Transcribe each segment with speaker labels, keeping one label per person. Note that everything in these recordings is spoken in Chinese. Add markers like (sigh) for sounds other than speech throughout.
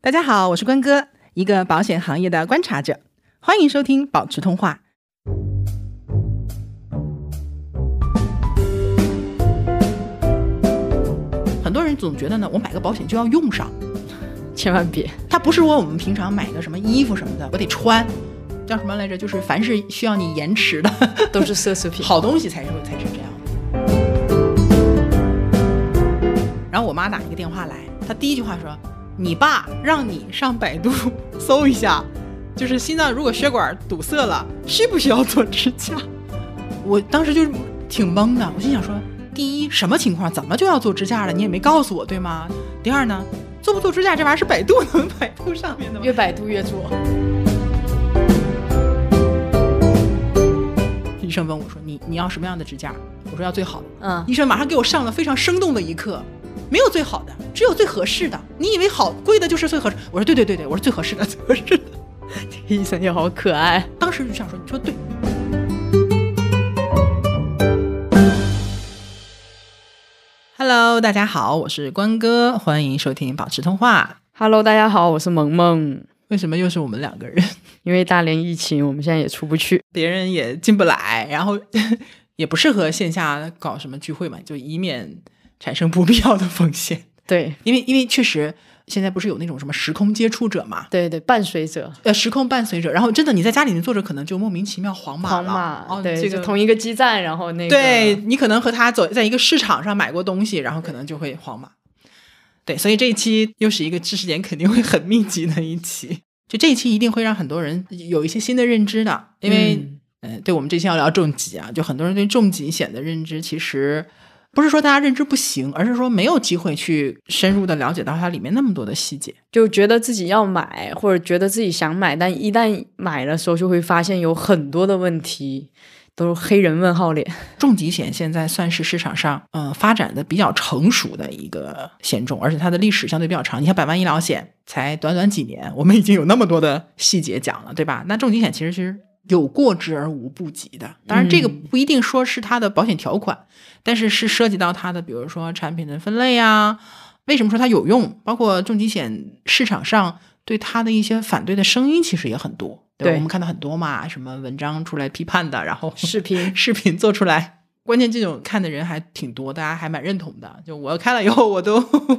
Speaker 1: 大家好，我是关哥，一个保险行业的观察者，欢迎收听保持通话。很多人总觉得呢，我买个保险就要用上，
Speaker 2: 千万别。
Speaker 1: 它不是说我们平常买个什么衣服什么的，我得穿，叫什么来着？就是凡是需要你延迟的
Speaker 2: 都是奢侈品。
Speaker 1: 好东西才是才是这样的。然后我妈打一个电话来，她第一句话说：“你爸让你上百度 (laughs) 搜一下，就是心脏如果血管堵塞了，需不需要做支架？”我当时就是挺懵的，我心想说：第一，什么情况？怎么就要做支架了？你也没告诉我，对吗？第二呢，做不做支架这玩意儿是百度能百度上面的吗？
Speaker 2: 越百度越做，
Speaker 1: 医生问我说：“你你要什么样的支架？”我说：“要最好的。”
Speaker 2: 嗯，
Speaker 1: 医生马上给我上了非常生动的一课，没有最好的，只有最合适的。你以为好贵的就是最合适？我说对对对对，我是最合适的，最合适的。
Speaker 2: 医生也好可爱。
Speaker 1: 当时就想说，你说对。Hello，大家好，我是关哥，欢迎收听保持通话。
Speaker 2: Hello，大家好，我是萌萌。
Speaker 1: 为什么又是我们两个人？
Speaker 2: 因为大连疫情，我们现在也出不去，
Speaker 1: (laughs) 别人也进不来，然后 (laughs) 也不适合线下搞什么聚会嘛，就以免产生不必要的风险。
Speaker 2: 对
Speaker 1: 因为因为确实现在不是有那种什么时空接触者嘛，
Speaker 2: 对对，伴随者
Speaker 1: 呃，时空伴随者，然后真的你在家里面坐着，可能就莫名其妙黄码
Speaker 2: 皇
Speaker 1: 了。
Speaker 2: 马，
Speaker 1: 哦，
Speaker 2: 对，
Speaker 1: 这
Speaker 2: 就
Speaker 1: 个
Speaker 2: 同一个基站，然后那个
Speaker 1: 对你可能和他走在一个市场上买过东西，然后可能就会黄码。对，所以这一期又是一个知识点肯定会很密集的一期，就这一期一定会让很多人有一些新的认知的，因为、
Speaker 2: 嗯
Speaker 1: 呃，对我们这期要聊重疾啊，就很多人对重疾险的认知其实不是说大家认知不行，而是说没有机会去深入的了解到它里面那么多的细节。
Speaker 2: 就觉得自己要买，或者觉得自己想买，但一旦买的时候，就会发现有很多的问题，都是黑人问号脸。
Speaker 1: 重疾险现在算是市场上嗯、呃发展的比较成熟的一个险种，而且它的历史相对比较长。你看百万医疗险才短短几年，我们已经有那么多的细节讲了，对吧？那重疾险其实是有过之而无不及的。当然，这个
Speaker 2: 嗯
Speaker 1: 不一定说是它的保险条款，但是是涉及到它的，比如说产品的分类啊。为什么说它有用？包括重疾险市场上对它的一些反对的声音，其实也很多。对吧
Speaker 2: 对
Speaker 1: 我们看到很多嘛，什么文章出来批判的，然后
Speaker 2: 视
Speaker 1: (laughs)
Speaker 2: 频
Speaker 1: 视频做出来。关键这种看的人还挺多，大家还蛮认同的。就我看了以后，我都 (laughs)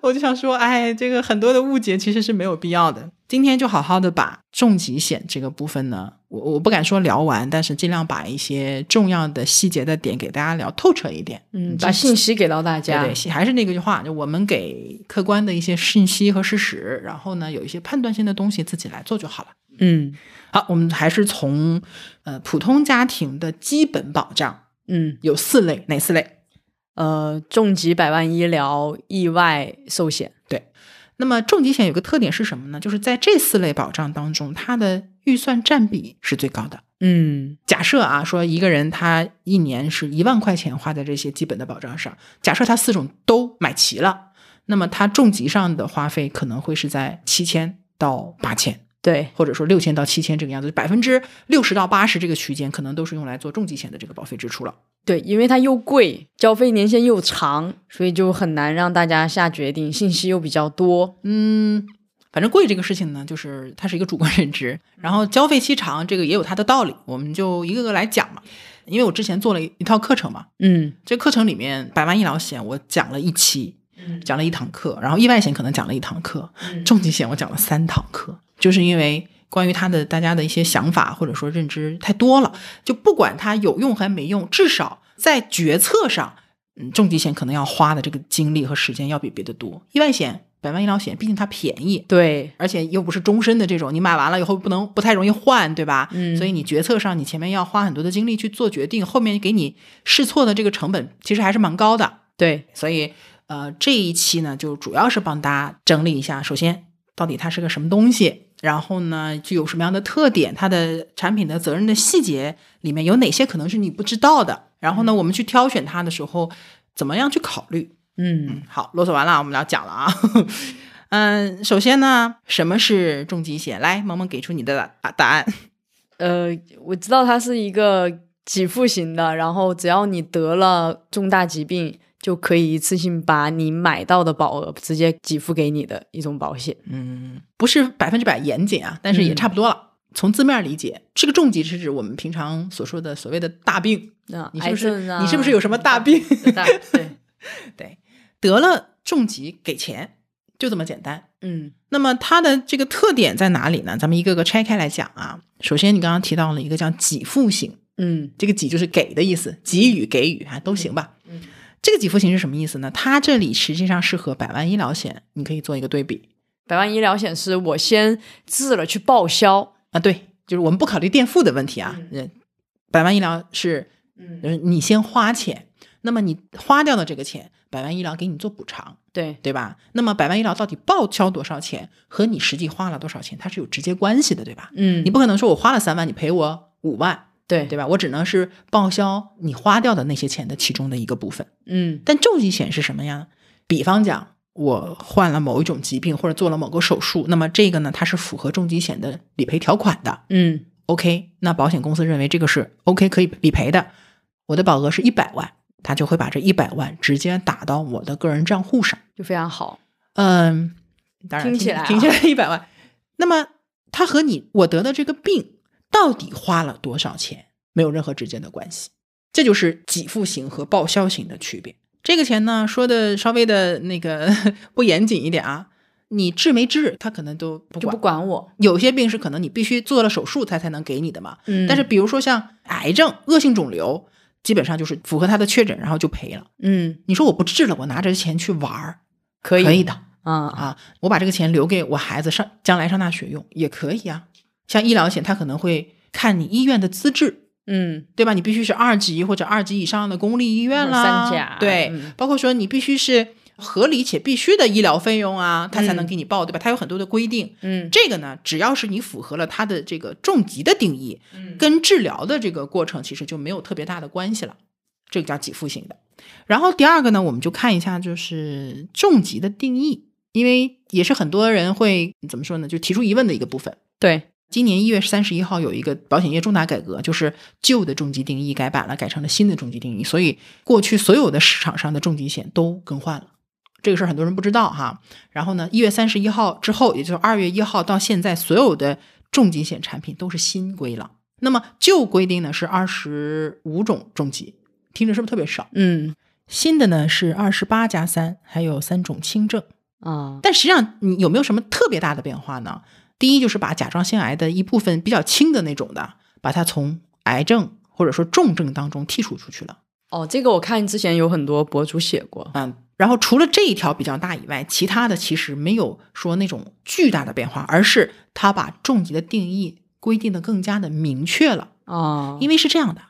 Speaker 1: 我就想说，哎，这个很多的误解其实是没有必要的。今天就好好的把重疾险这个部分呢，我我不敢说聊完，但是尽量把一些重要的细节的点给大家聊透彻一点。
Speaker 2: (laughs) 嗯，
Speaker 1: 这
Speaker 2: 把信息给到大家，
Speaker 1: 对对，还是那个句话，就我们给客观的一些信息和事实，然后呢，有一些判断性的东西自己来做就好了。
Speaker 2: 嗯
Speaker 1: 好，我们还是从呃普通家庭的基本保障
Speaker 2: 嗯。
Speaker 1: 有四类，哪四类？
Speaker 2: 呃，重疾、百万医疗、意外寿险，
Speaker 1: 那么重疾险有个特点是什么呢？就是在这四类保障当中，它的预算占比是最高的。
Speaker 2: 嗯
Speaker 1: 假设啊，说一个人他一年是一万块钱花在这些基本的保障上，假设他四种都买齐了，那么他重疾上的花费可能会是在七千到八千，
Speaker 2: 对，
Speaker 1: 或者说六千到七千这个样子，百分之六十到八十这个区间，可能都是用来做重疾险的这个保费支出了。
Speaker 2: 对，因为它又贵，交费年限又长，所以就很难让大家下决定，信息又比较多。
Speaker 1: 嗯，反正贵这个事情呢，就是它是一个主观认知，然后交费期长这个也有它的道理，我们就一个个来讲嘛。因为我之前做了一一套课程嘛，
Speaker 2: 嗯
Speaker 1: 这课程里面百万医疗险我讲了一期，讲了一堂课，然后意外险可能讲了一堂课，
Speaker 2: 嗯
Speaker 1: 重疾险我讲了三堂课，就是因为关于它的大家的一些想法或者说认知太多了，就不管它有用还没用，至少在决策上，嗯，重疾险可能要花的这个精力和时间要比别的多。意外险、百万医疗险，毕竟它便宜。
Speaker 2: 对，
Speaker 1: 而且又不是终身的这种，你买完了以后不能不太容易换，对吧？
Speaker 2: 嗯
Speaker 1: 所以你决策上你前面要花很多的精力去做决定，后面给你试错的这个成本其实还是蛮高的。
Speaker 2: 对，
Speaker 1: 所以呃，这一期呢，就主要是帮大家整理一下，首先到底它是个什么东西，然后呢，具有什么样的特点，它的产品的责任的细节里面有哪些可能是你不知道的，然后呢，我们去挑选它的时候，怎么样去考虑？
Speaker 2: 嗯
Speaker 1: 好，啰嗦完了，我们要讲了啊。嗯，首先呢，什么是重疾险？来，萌萌给出你的答答案。
Speaker 2: 呃，我知道它是一个给付型的，然后只要你得了重大疾病，就可以一次性把你买到的保额直接给付给你的一种保险。
Speaker 1: 嗯，不是百分之百严谨啊，但是也
Speaker 2: 嗯
Speaker 1: 差不多了。从字面理解，这个重疾是指我们平常所说的所谓的大病。
Speaker 2: 那
Speaker 1: 你是
Speaker 2: 癌
Speaker 1: 不是、
Speaker 2: 症啊，
Speaker 1: 你是不是有什么大病？ (laughs)
Speaker 2: 大？ (laughs) 对，
Speaker 1: 得了重疾给钱，就这么简单。
Speaker 2: 嗯
Speaker 1: 那么它的这个特点在哪里呢？咱们一个个拆开来讲啊。首先，你刚刚提到了一个叫给付型，
Speaker 2: 嗯
Speaker 1: 这个给就是给的意思，给予给予啊都行吧。
Speaker 2: 嗯
Speaker 1: 这个给付型是什么意思呢？它这里实际上是和百万医疗险，你可以做一个对比
Speaker 2: 百万医疗险是我先治了去报销，
Speaker 1: 啊。对，就是我们不考虑垫付的问题啊。嗯，百万医疗是
Speaker 2: 嗯
Speaker 1: 就是你先花钱，那么你花掉的这个钱，百万医疗给你做补偿，
Speaker 2: 对，
Speaker 1: 对吧？那么百万医疗到底报销多少钱，和你实际花了多少钱，它是有直接关系的，对吧？
Speaker 2: 嗯
Speaker 1: 你不可能说我花了三万，你赔我五万，
Speaker 2: 对
Speaker 1: 对吧？我只能是报销你花掉的那些钱的其中的一个部分。
Speaker 2: 嗯
Speaker 1: 但重疾险是什么呀？比方讲，我患了某一种疾病或者做了某个手术，那么这个呢，它是符合重疾险的理赔条款的。
Speaker 2: 嗯
Speaker 1: OK，那保险公司认为这个是 OK 可以理赔的，我的保额是一百万，他就会把这一百万直接打到我的个人账户上。
Speaker 2: 就非常好，
Speaker 1: 嗯，当然
Speaker 2: 听起来啊
Speaker 1: 听起来一百万，那么它和你我得的这个病到底花了多少钱没有任何直接的关系，这就是给付型和报销型的区别。这个钱呢，说的稍微的那个 (laughs) 不严谨一点啊，你治没治，他可能都不
Speaker 2: 就
Speaker 1: 管。
Speaker 2: 不管我。
Speaker 1: 有些病是可能你必须做了手术，他才能给你的嘛。
Speaker 2: 嗯，
Speaker 1: 但是比如说像癌症、恶性肿瘤，基本上就是符合他的确诊，然后就赔了。
Speaker 2: 嗯，
Speaker 1: 你说我不治了，我拿着钱去玩儿，
Speaker 2: 可以
Speaker 1: 可以的
Speaker 2: 啊，
Speaker 1: 啊，我把这个钱留给我孩子上将来上大学用也可以啊。像医疗险，它可能会看你医院的资质，
Speaker 2: 嗯
Speaker 1: 对吧？你必须是二级或者二级以上的公立医院
Speaker 2: 或者
Speaker 1: 啦，
Speaker 2: 三甲
Speaker 1: 对，
Speaker 2: 嗯
Speaker 1: 包括说你必须是合理且必须的医疗费用啊，它才能
Speaker 2: 嗯
Speaker 1: 给你报，对吧？它有很多的规定。
Speaker 2: 嗯
Speaker 1: 这个呢，只要是你符合了它的这个重疾的定义，
Speaker 2: 嗯
Speaker 1: 跟治疗的这个过程其实就没有特别大的关系了，这个叫给付型的。然后第二个呢，我们就看一下就是重疾的定义，因为也是很多人会怎么说呢，就提出疑问的一个部分。
Speaker 2: 对，
Speaker 1: 今年一月三十一号有一个保险业重大改革，就是旧的重疾定义改版了，改成了新的重疾定义，所以过去所有的市场上的重疾险都更换了。这个事儿很多人不知道哈。然后呢，一月三十一号之后，也就是二月一号到现在，所有的重疾险产品都是新规了。那么旧规定呢是二十五种重疾，听着是不是特别少？
Speaker 2: 嗯
Speaker 1: 新的呢是二十八加三，还有三种轻症。
Speaker 2: 啊，
Speaker 1: 但实际上，你有没有什么特别大的变化呢？第一就是把甲状腺癌的一部分比较轻的那种的，把它从癌症或者说重症当中剔除出去了。
Speaker 2: 哦，这个我看之前有很多博主写过，
Speaker 1: 嗯，然后除了这一条比较大以外，其他的其实没有说那种巨大的变化，而是它把重疾的定义规定的更加的明确了。
Speaker 2: 啊，
Speaker 1: 因为是这样的，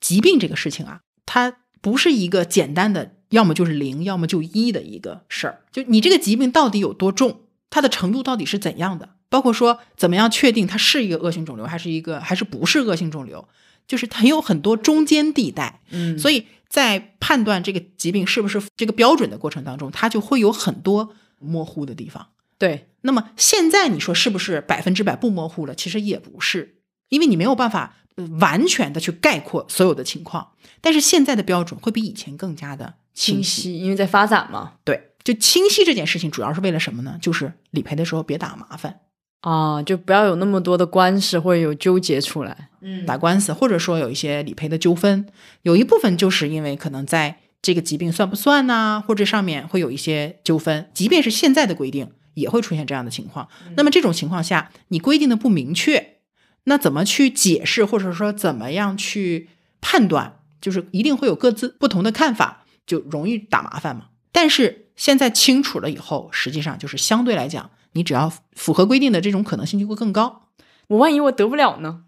Speaker 1: 疾病这个事情啊，它不是一个简单的，要么就是零，要么就一的一个事儿。就你这个疾病到底有多重，它的程度到底是怎样的，包括说怎么样确定它是一个恶性肿瘤，还是一个还是不是恶性肿瘤，就是它有很多中间地带。
Speaker 2: 嗯，
Speaker 1: 所
Speaker 2: 以
Speaker 1: 以在判断这个疾病是不是这个标准的过程当中，它就会有很多模糊的地方。
Speaker 2: 对，
Speaker 1: 那么现在你说是不是百分之百不模糊了？其实也不是，因为你没有办法呃完全的去概括所有的情况。但是现在的标准会比以前更加的清
Speaker 2: 清晰，因为在发展嘛，
Speaker 1: 对，就清晰这件事情主要是为了什么呢？就是理赔的时候别打麻烦、
Speaker 2: 啊，就不要有那么多的官司或者有纠结出来，嗯
Speaker 1: 打官司，或者说有一些理赔的纠纷，有一部分就是因为可能在这个疾病算不算呐、或者上面会有一些纠纷，即便是现在的规定，也会出现这样的情况。那么这种情况下，你规定的不明确，那怎么去解释，或者说怎么样去判断，就是一定会有各自不同的看法，就容易打麻烦嘛。但是现在清楚了以后，实际上就是相对来讲，你只要符合规定的这种可能性就会更高。
Speaker 2: 我万一我得不了呢？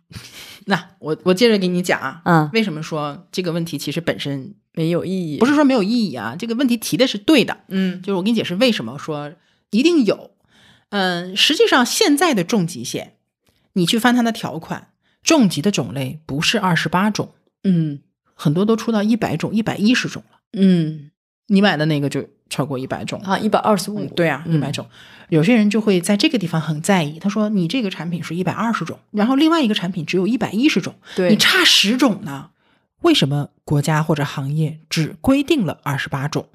Speaker 1: 那我我接着给你讲啊，
Speaker 2: 啊，
Speaker 1: 为什么说这个问题其实本身
Speaker 2: 没有意义，
Speaker 1: 不是说没有意义啊？这个问题提的是对的，
Speaker 2: 嗯
Speaker 1: 就是我给你解释为什么说一定有。嗯，实际上现在的重疾险，你去翻它的条款，重疾的种类不是二十八种，
Speaker 2: 嗯
Speaker 1: 很多都出到一百种、一百一十种了。
Speaker 2: 嗯，
Speaker 1: 你买的那个就超过一百种了。
Speaker 2: 啊，一百二十五，
Speaker 1: 嗯，对啊，一百种，有些人就会在这个地方很在意。他说：“你这个产品是一百二十种，然后另外一个产品只有一百一十种，
Speaker 2: 对
Speaker 1: 你差十种呢。”为什么国家或者行业只规定了二十八种？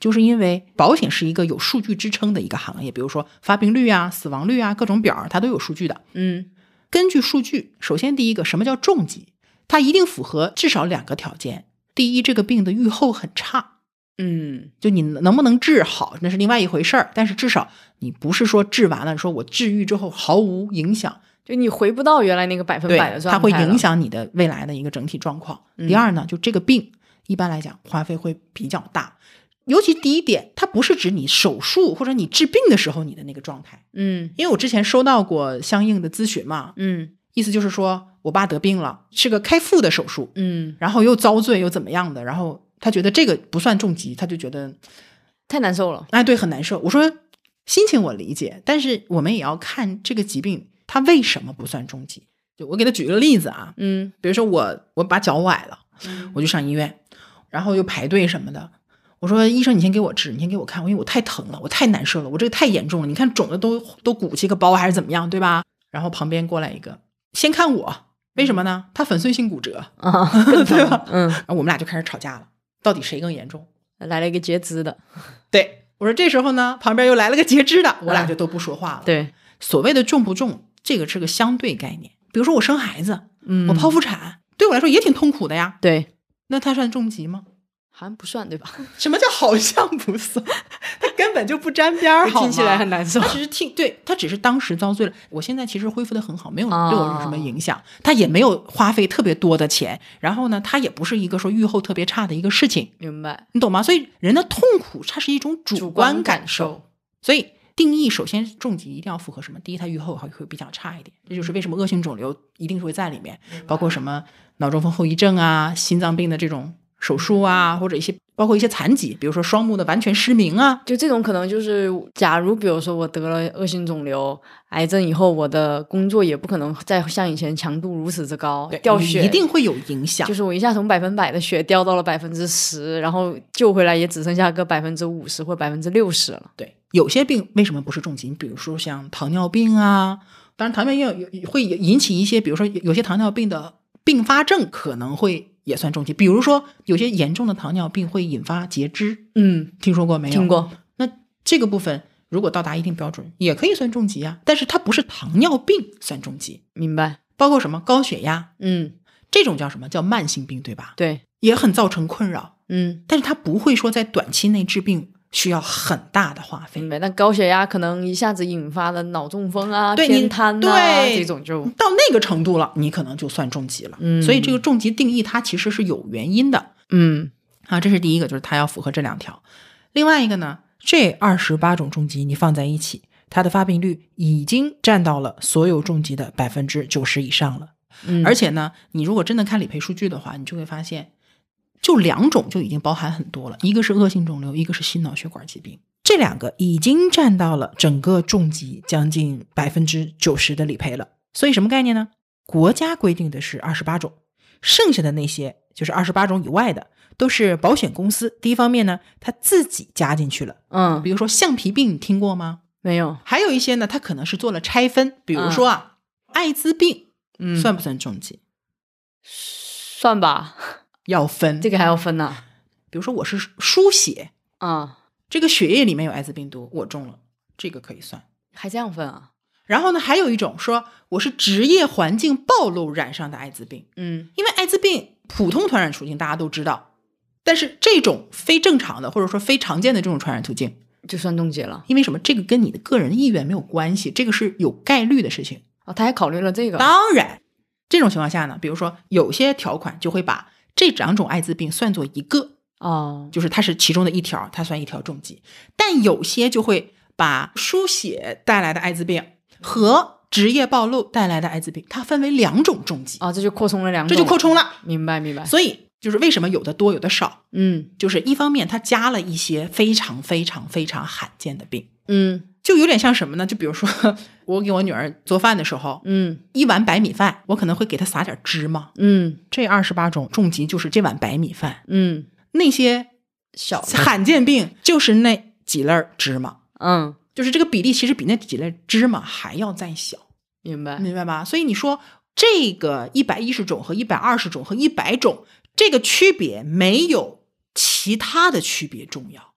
Speaker 1: 就是因为保险是一个有数据支撑的一个行业，比如说发病率啊、死亡率啊、各种表儿，它都有数据的。
Speaker 2: 嗯
Speaker 1: 根据数据，首先第一个，什么叫重疾？它一定符合至少两个条件：第一，这个病的预后很差，
Speaker 2: 嗯
Speaker 1: 就你能不能治好，那是另外一回事儿。但是至少你不是说治完了，说我治愈之后毫无影响，
Speaker 2: 就你回不到原来那个百分
Speaker 1: 对
Speaker 2: 百的，状
Speaker 1: 它
Speaker 2: 态，
Speaker 1: 会影。响你的未来的一个整体状况。
Speaker 2: 嗯
Speaker 1: 第二呢，就这个病一般来讲花费会比较大，尤其第一点，它不是指你手术或者你治病的时候你的那个状态，
Speaker 2: 嗯
Speaker 1: 因为我之前收到过相应的咨询嘛，
Speaker 2: 嗯
Speaker 1: 意思就是说我爸得病了，是个开腹的手术，
Speaker 2: 嗯，
Speaker 1: 然后又遭罪又怎么样的，然后他觉得这个不算重疾，他就觉得
Speaker 2: 太难受了。
Speaker 1: 哎，对，很难受。我说心情我理解，但是我们也要看这个疾病它为什么不算重疾。就我给他举个例子啊，
Speaker 2: 嗯
Speaker 1: 比如说我我把脚崴了，我就上医院，然后又排队什么的。我说医生，你先给我治，你先给我看，因为我太疼了，我太难受了，我这个太严重了。你看肿的都都鼓起个包还是怎么样，对吧？然后旁边过来一个，先看我，为什么呢？他粉碎性骨折，
Speaker 2: (laughs) 啊，
Speaker 1: 对吧？
Speaker 2: 嗯，
Speaker 1: 然后我们俩就开始吵架了，到底谁更严重？
Speaker 2: 来了一个截肢的，
Speaker 1: 对我说，这时候呢，旁边又来了个截肢的，我俩就都不说话了。，
Speaker 2: 嗯对，
Speaker 1: 所谓的重不重，这个是个相对概念。比如说我生孩子，
Speaker 2: 嗯
Speaker 1: 我剖腹产，对我来说也挺痛苦的呀。
Speaker 2: 对，
Speaker 1: 那它算重疾吗？
Speaker 2: 好像不算对 (laughs) 吧？
Speaker 1: 什么叫好像不算？ (laughs) 它根本就不沾边儿，好吗？
Speaker 2: (laughs) 听起来很难受
Speaker 1: 他。只是听，对他只是当时遭罪了。我现在其实恢复的很好，没有
Speaker 2: 哦
Speaker 1: 对我有什么影响，他也没有花费特别多的钱。然后呢，他也不是一个说愈后特别差的一个事情，
Speaker 2: 明 (laughs) 白，
Speaker 1: 你懂吗？所以人的痛苦，它是一种主观感受。
Speaker 2: 受。
Speaker 1: 所以定义首先重疾一定要符合什么？第一，它预后还会比较差一点，这就是为什么恶性肿瘤一定是会在里面，包括什么脑中风后遗症啊、心脏病的这种手术啊，或者一些包括一些残疾，比如说双目的完全失明啊，
Speaker 2: 就这种可能就是，假如比如说我得了恶性肿瘤、癌症以后，我的工作也不可能再像以前强度如此之高，掉血
Speaker 1: 一定会有影响
Speaker 2: 就。是我一下从百分百的血掉到了百分之十，然后救回来也只剩下个百分之五十或百分之六十了。
Speaker 1: 对，有些病为什么不是重疾？比如说像糖尿病啊，当然糖尿病有有会引起一些，比如说有有些糖尿病的并发症可能会也算重疾，比如说有些严重的糖尿病会引发截肢，
Speaker 2: 嗯，
Speaker 1: 听说过没有？
Speaker 2: 听过。
Speaker 1: 那这个部分如果到达一定标准，也可以算重疾啊，但是它不是糖尿病算重疾，
Speaker 2: 明白。
Speaker 1: 包括什么高血压
Speaker 2: 嗯，
Speaker 1: 这种叫什么叫慢性病，对吧？
Speaker 2: 对，
Speaker 1: 也很造成困扰，
Speaker 2: 嗯，
Speaker 1: 但是它不会说在短期内治病需要很大的花费
Speaker 2: 明。白。但高血压可能一下子引发的脑中风啊、
Speaker 1: 对
Speaker 2: 偏
Speaker 1: 你
Speaker 2: 瘫啊
Speaker 1: 对
Speaker 2: 这种就
Speaker 1: 到那个程度了，你可能就算重疾了。
Speaker 2: 嗯
Speaker 1: 所以这个重疾定义它其实是有原因的
Speaker 2: 嗯
Speaker 1: 啊，这是第一个，就是它要符合这两条。另外一个呢，这二十八种重疾你放在一起，它的发病率已经占到了所有重疾的百分之九十以上了。
Speaker 2: 嗯，
Speaker 1: 而且呢，你如果真的看理赔数据的话，你就会发现，就两种就已经包含很多了，一个是恶性肿瘤，一个是心脑血管疾病，这两个已经占到了整个重疾将近百分之九十的理赔了。所以什么概念呢？国家规定的是二十八种，剩下的那些就是二十八种以外的，都是保险公司第一方面呢，他自己加进去了。
Speaker 2: 嗯
Speaker 1: 比如说橡皮病，你听过吗？
Speaker 2: 没有，
Speaker 1: 还有一些呢，它可能是做了拆分，比如说啊，艾滋病
Speaker 2: 嗯，
Speaker 1: 算不算重疾？
Speaker 2: 算吧，
Speaker 1: 要分。
Speaker 2: 这个还要分呐
Speaker 1: 比如说我是输血，
Speaker 2: 啊，
Speaker 1: 这个血液里面有艾滋病毒，我中了，这个可以算。
Speaker 2: 还这样分啊？
Speaker 1: 然后呢，还有一种说我是职业环境暴露染上的艾滋病，
Speaker 2: 嗯
Speaker 1: 因为艾滋病普通传染途径大家都知道，但是这种非正常的或者说非常见的这种传染途径，
Speaker 2: 就算冻结了
Speaker 1: 因为什么？这个跟你的个人意愿没有关系，这个是有概率的事情。
Speaker 2: 哦，他还考虑了这个，
Speaker 1: 当然，这种情况下呢，比如说有些条款就会把这两种艾滋病算作一个，
Speaker 2: 哦，
Speaker 1: 就是它是其中的一条，它算一条重疾。但有些就会把输血带来的艾滋病和职业暴露带来的艾滋病，它分为两种重疾，
Speaker 2: 啊，这就扩充了两
Speaker 1: 这
Speaker 2: 种，
Speaker 1: 就扩，充了。
Speaker 2: 明白明白，
Speaker 1: 所以就是为什么有的多，有的少，
Speaker 2: 嗯
Speaker 1: 就是一方面它加了一些非常非常非常罕见的病，
Speaker 2: 嗯
Speaker 1: 就有点像什么呢？就比如说 (laughs) 我给我女儿做饭的时候，
Speaker 2: 嗯
Speaker 1: 一碗白米饭，我可能会给她撒点芝麻。
Speaker 2: 嗯
Speaker 1: 这二十八种重疾就是这碗白米饭，
Speaker 2: 嗯，
Speaker 1: 那些
Speaker 2: 小的，
Speaker 1: 罕见病就是那几粒儿芝麻。
Speaker 2: 嗯，
Speaker 1: 就是这个比例其实比那几粒芝麻还要再小，
Speaker 2: 明白，
Speaker 1: 嗯明白吧？所以你说这个一百一十种和一百二十种和一百种这个区别没有其他的区别重要。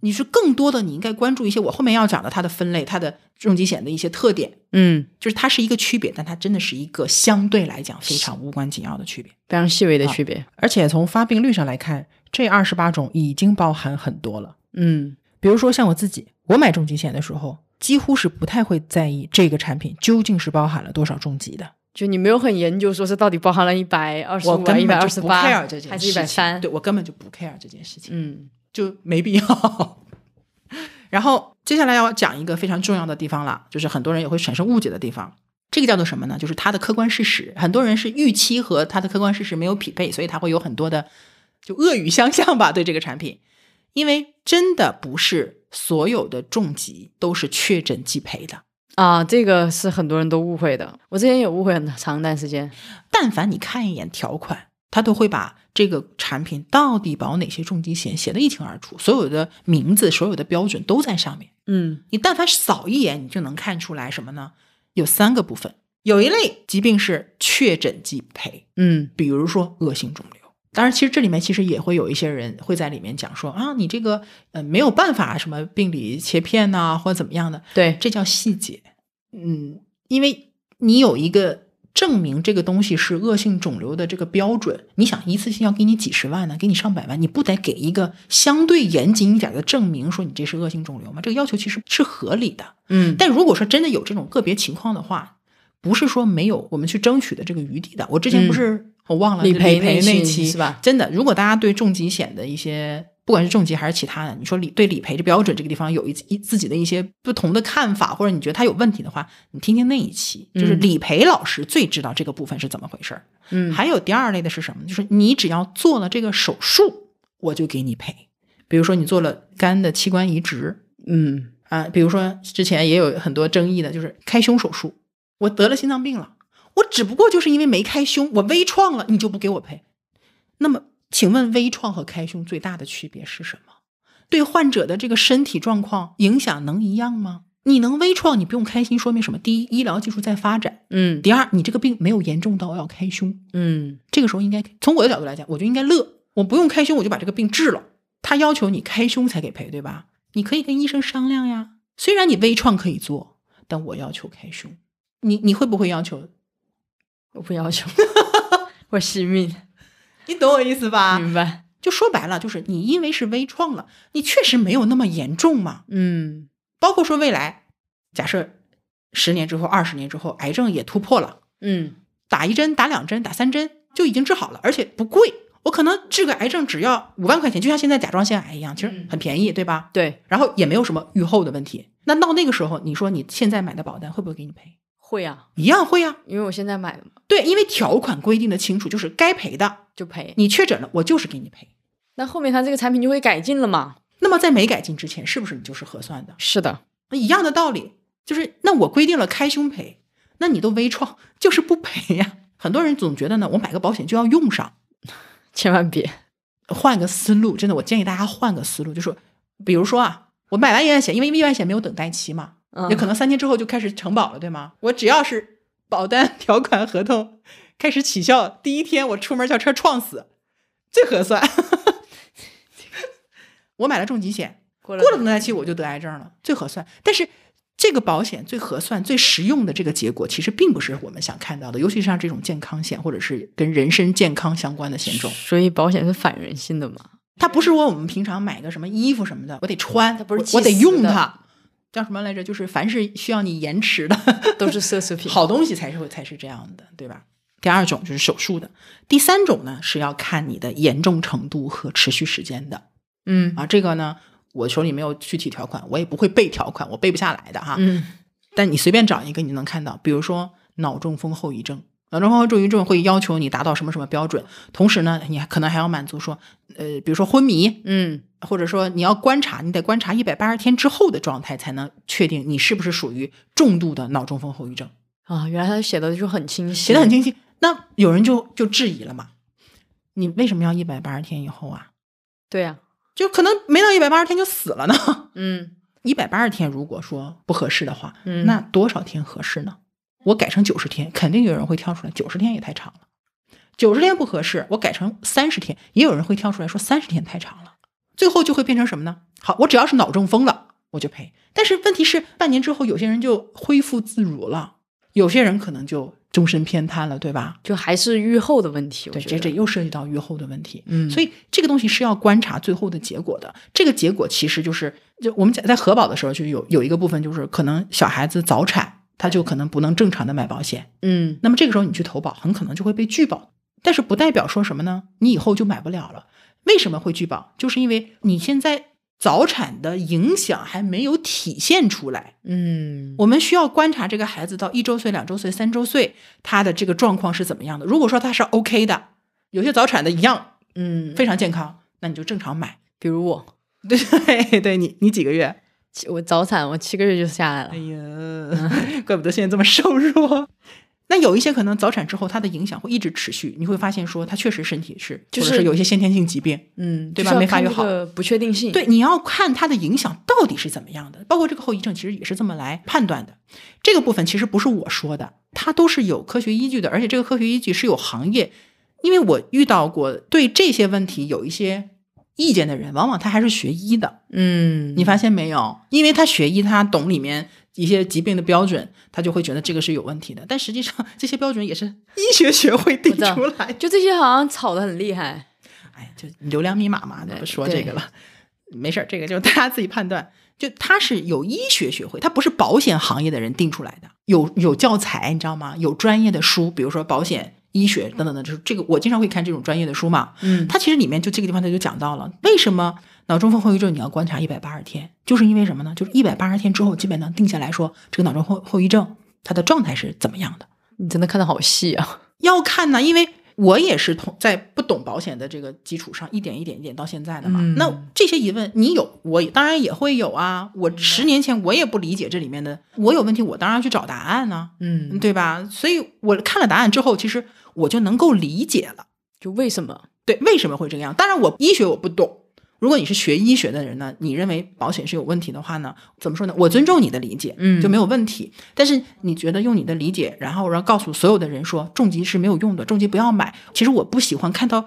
Speaker 1: 你是更多的，你应该关注一些我后面要讲的它的分类，它的重疾险的一些特点，
Speaker 2: 嗯，
Speaker 1: 就是它是一个区别，但它真的是一个相对来讲非常无关紧要的区别。
Speaker 2: 非常细微的区别，
Speaker 3: 而且从发病率上来看，这二十八种已经包含很多了。
Speaker 2: 嗯
Speaker 3: 比如说像我自己，我买重疾险的时候，几乎是不太会在意这个产品究竟是包含了多少重疾的。
Speaker 2: 就你没有很研究，说是到底包含了一百二十
Speaker 1: 我
Speaker 2: 五、啊
Speaker 1: 根
Speaker 2: 一百
Speaker 1: 本
Speaker 2: 二
Speaker 1: 就
Speaker 2: 十
Speaker 1: 不
Speaker 2: 八
Speaker 1: care 这件事情，
Speaker 2: 还是一百三？
Speaker 1: 对我根本就不 care 这件事情，
Speaker 2: 嗯
Speaker 1: 就没必要。 (laughs) 然后接下来要讲一个非常重要的地方了，就是很多人也会产生误解的地方。这个叫做什么呢？就是它的客观事实，很多人是预期和它的客观事实没有匹配，所以他会有很多的就恶语相向吧，对这个产品，因为真的不是所有的重疾都是确诊即赔的。
Speaker 2: 啊，这个是很多人都误会的，我之前也误会很长一段时间。
Speaker 1: 但凡你看一眼条款，它都会把这个产品到底保哪些重疾险写得一清二楚，所有的名字、所有的标准都在上面。
Speaker 2: 嗯
Speaker 1: 你但凡扫一眼，你就能看出来什么呢？有三个部分，有一类疾病是确诊即赔，
Speaker 2: 嗯
Speaker 1: 比如说恶性肿瘤。当然，其实这里面其实也会有一些人会在里面讲说啊，你这个呃没有办法什么病理切片呐、或者怎么样的，
Speaker 2: 对，
Speaker 1: 这叫细节。嗯，因为你有一个证明这个东西是恶性肿瘤的这个标准，你想一次性要给你几十万呢、给你上百万，你不得给一个相对严谨一点的证明，说你这是恶性肿瘤吗？这个要求其实是合理的。
Speaker 2: 嗯
Speaker 1: 但如果说真的有这种个别情况的话，不是说没有我们去争取的这个余地的。我之前不是、我忘了
Speaker 2: 嗯理赔
Speaker 1: 理赔
Speaker 2: 那期
Speaker 1: 期
Speaker 2: 是吧
Speaker 1: 真的，如果大家对重疾险的一些，不管是重疾还是其他的，你说理对理赔这标准这个地方有一一自己的一些不同的看法，或者你觉得它有问题的话，你听听那一期，就是
Speaker 2: 嗯
Speaker 1: 理赔老师最知道这个部分是怎么回事儿。
Speaker 2: 嗯
Speaker 1: 还有第二类的是什么？就是你只要做了这个手术，我就给你赔。比如说你做了肝的器官移植，
Speaker 2: 嗯
Speaker 1: 啊，比如说之前也有很多争议的，就是开胸手术，我得了心脏病了，我只不过就是因为没开胸，我微创了，你就不给我赔。那么，请问微创和开胸最大的区别是什么？对患者的这个身体状况影响能一样吗？你能微创，你不用开心，说明什么？第一，医疗技术在发展；
Speaker 2: 嗯
Speaker 1: 第二，你这个病没有严重到要开胸。
Speaker 2: 嗯
Speaker 1: 这个时候应该从我的角度来讲，我就应该乐，我不用开胸，我就把这个病治了。他要求你开胸才给赔，对吧？你可以跟医生商量呀。虽然你微创可以做，但我要求开胸，你你会不会要求？
Speaker 2: 我不要求， (laughs) 我惜命，
Speaker 1: 你懂我意思吧？
Speaker 2: 明白？
Speaker 1: 就说白了，就是你因为是微创了，你确实没有那么严重嘛。
Speaker 2: 嗯
Speaker 1: 包括说未来，假设十年之后、二十年之后，癌症也突破了。
Speaker 2: 嗯
Speaker 1: 打一针、打两针、打三针就已经治好了，而且不贵。我可能治个癌症只要五万块钱，就像现在甲状腺癌一样，其实
Speaker 2: 嗯
Speaker 1: 很便宜，对吧？
Speaker 2: 对，
Speaker 1: 然后也没有什么预后的问题。那到那个时候，你说你现在买的保单会不会给你赔？
Speaker 2: 会啊，
Speaker 1: 一样会啊，
Speaker 2: 因为我现在买了嘛，
Speaker 1: 对，因为条款规定的清楚，就是该赔的，
Speaker 2: 就赔。
Speaker 1: 你确诊了，我就是给你赔。
Speaker 2: 那后面它这个产品就会改进了嘛？
Speaker 1: 那么在没改进之前，是不是你就是核算的？
Speaker 2: 是的，
Speaker 1: 那一样的道理，就是那我规定了开胸赔，那你都微创就是不赔呀、很多人总觉得呢，我买个保险就要用上，
Speaker 2: 千万别。
Speaker 1: 换个思路，真的，我建议大家换个思路，就是比如说啊，我买完意外险，因为意外险没有等待期嘛，
Speaker 2: 嗯
Speaker 1: 也可能三天之后就开始承保了，对吗？我只要是保单条款合同开始起效，第一天我出门叫车撞死，最合算。 (laughs) 我买了重疾险，
Speaker 2: 过
Speaker 1: 过了等待期我就得癌症了，最合算。但是这个保险最合算、最实用的这个结果，其实并不是我们想看到的，尤其是像这种健康险或者是跟人身健康相关的险种。
Speaker 2: 所以保险是反人性的嘛？
Speaker 1: 它不是说我们平常买个什么衣服什么的，我得穿，
Speaker 2: 它不是
Speaker 1: 我
Speaker 2: 即
Speaker 1: 我得
Speaker 2: 时
Speaker 1: 用
Speaker 2: 的
Speaker 1: 它，叫什么来着？就是凡是需要你延迟的
Speaker 2: (laughs) 都是奢侈品。
Speaker 1: 好东西才是会才是这样的，对吧？第二种就是手术的，第三种呢是要看你的严重程度和持续时间的
Speaker 2: 嗯
Speaker 1: 啊。这个呢，我手里没有具体条款，我也不会背条款，我背不下来的哈。
Speaker 2: 嗯
Speaker 1: 但你随便找一个，你就能看到，比如说脑中风后遗症，脑中风后遗症会要求你达到什么什么标准，同时呢，你还可能还要满足说，呃，比如说昏迷，
Speaker 2: 嗯
Speaker 1: 或者说你要观察，你得观察一百八十天之后的状态，才能确定你是不是属于重度的脑中风后遗症。
Speaker 2: 啊，原来他写的就很清晰，
Speaker 1: 写的很清晰，那有人就就质疑了嘛？你为什么要一百八十天以后啊？
Speaker 2: 对呀、
Speaker 1: 就可能没到一百八十天就死了呢？
Speaker 2: 嗯
Speaker 1: 一百八十天如果说不合适的话，
Speaker 2: 嗯，
Speaker 1: 那多少天合适呢？我改成九十天，肯定有人会跳出来，九十天也太长了。九十天不合适，我改成三十天。也有人会跳出来说三十天太长了，最后就会变成什么呢？好，我只要是脑中风了，我就赔。但是问题是，半年之后有些人就恢复自如了，有些人可能就终身偏瘫了，对吧？
Speaker 2: 就还是愈后的问题。我
Speaker 1: 对，
Speaker 2: 觉
Speaker 1: 这
Speaker 2: 得
Speaker 1: 这又涉及到愈后的问题。
Speaker 2: 嗯，
Speaker 1: 所以这个东西是要观察最后的结果的。这个结果其实就是，就我们讲在核保的时候，就有有一个部分就是可能小孩子早产，他就可能不能正常的买保险。
Speaker 2: 嗯
Speaker 1: 那么这个时候你去投保，很可能就会被拒保。但是不代表说什么呢？你以后就买不了了。为什么会拒保？就是因为你现在早产的影响还没有体现出来。
Speaker 2: 嗯，
Speaker 1: 我们需要观察这个孩子到一周岁、两周岁、三周岁，他的这个状况是怎么样的。如果说他是 OK 的，有些早产的一样
Speaker 2: 嗯，
Speaker 1: 非常健康，那你就正常买。
Speaker 2: 比如我，
Speaker 1: (laughs) 对对对，你你几个月？
Speaker 2: 七我早产，我七个月就下来了
Speaker 1: 哎。呀，嗯 (laughs) 怪不得现在这么瘦弱。 (laughs) 那有一些可能早产之后，它的影响会一直持续，你会发现说他确实身体是，
Speaker 2: 就
Speaker 1: 或者
Speaker 2: 是
Speaker 1: 是有一些先天性疾病。
Speaker 2: 嗯，
Speaker 1: 对吧
Speaker 2: 就是要
Speaker 1: 没发
Speaker 2: 看
Speaker 1: 育
Speaker 2: 这
Speaker 1: 好
Speaker 2: 个不确定性。
Speaker 1: 对，你要看它的影响到底是怎么样的，包括这个后遗症，其实也是这么来判断的。这个部分其实不是我说的，它都是有科学依据的，而且这个科学依据是有行业，因为我遇到过对这些问题有一些意见的人，往往他还是学医的，
Speaker 2: 嗯，
Speaker 1: 你发现没有？因为他学医，他懂里面一些疾病的标准，他就会觉得这个是有问题的，但实际上这些标准也是医学学会定
Speaker 2: 我知道
Speaker 1: 出来的。
Speaker 2: 就这些好像吵得很厉害。
Speaker 1: 哎，就流量密码嘛，就
Speaker 2: 哎
Speaker 1: 不说
Speaker 2: 对
Speaker 1: 这个了，没事儿，这个就是大家自己判断。就它是有医学学会，它不是保险行业的人定出来的，有有教材，你知道吗？有专业的书，比如说保险、医学等等的，就是这个我经常会看这种专业的书嘛。
Speaker 2: 嗯
Speaker 1: 它其实里面就这个地方它就讲到了，为什么脑中风后遗症你要观察一百八十天，就是因为什么呢？就是一百八十天之后，基本能定下来说这个脑中风后遗症它的状态是怎么样的。
Speaker 2: 你真的看的好细啊。
Speaker 1: 要看呢，因为我也是同在不懂保险的这个基础上，一点一点一点到现在的嘛。
Speaker 2: 嗯
Speaker 1: 那这些疑问你有，我当然也会有啊。我十年前我也不理解这里面的，我有问题我当然要去找答案呢、
Speaker 2: 嗯，
Speaker 1: 对吧？所以我看了答案之后，其实我就能够理解了，
Speaker 2: 就为什么？
Speaker 1: 对，为什么会这个样？当然我医学我不懂。如果你是学医学的人呢，你认为保险是有问题的话呢，怎么说呢？我尊重你的理解，
Speaker 2: 嗯
Speaker 1: 就没有问题。但是你觉得用你的理解，然后然后告诉所有的人说重疾是没有用的，重疾不要买。其实我不喜欢看到，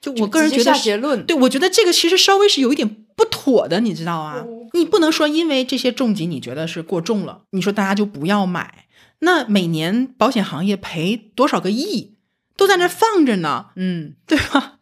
Speaker 1: 就我个人
Speaker 2: 直接
Speaker 1: 觉得
Speaker 2: 下结
Speaker 1: 是，
Speaker 2: 论，
Speaker 1: 对我觉得这个其实稍微是有一点不妥的，你知道啊？
Speaker 2: 嗯
Speaker 1: 你不能说因为这些重疾你觉得是过重了，你说大家就不要买。那每年保险行业赔多少个亿，都在那儿放着呢。
Speaker 2: 嗯，
Speaker 1: (laughs) 对吧？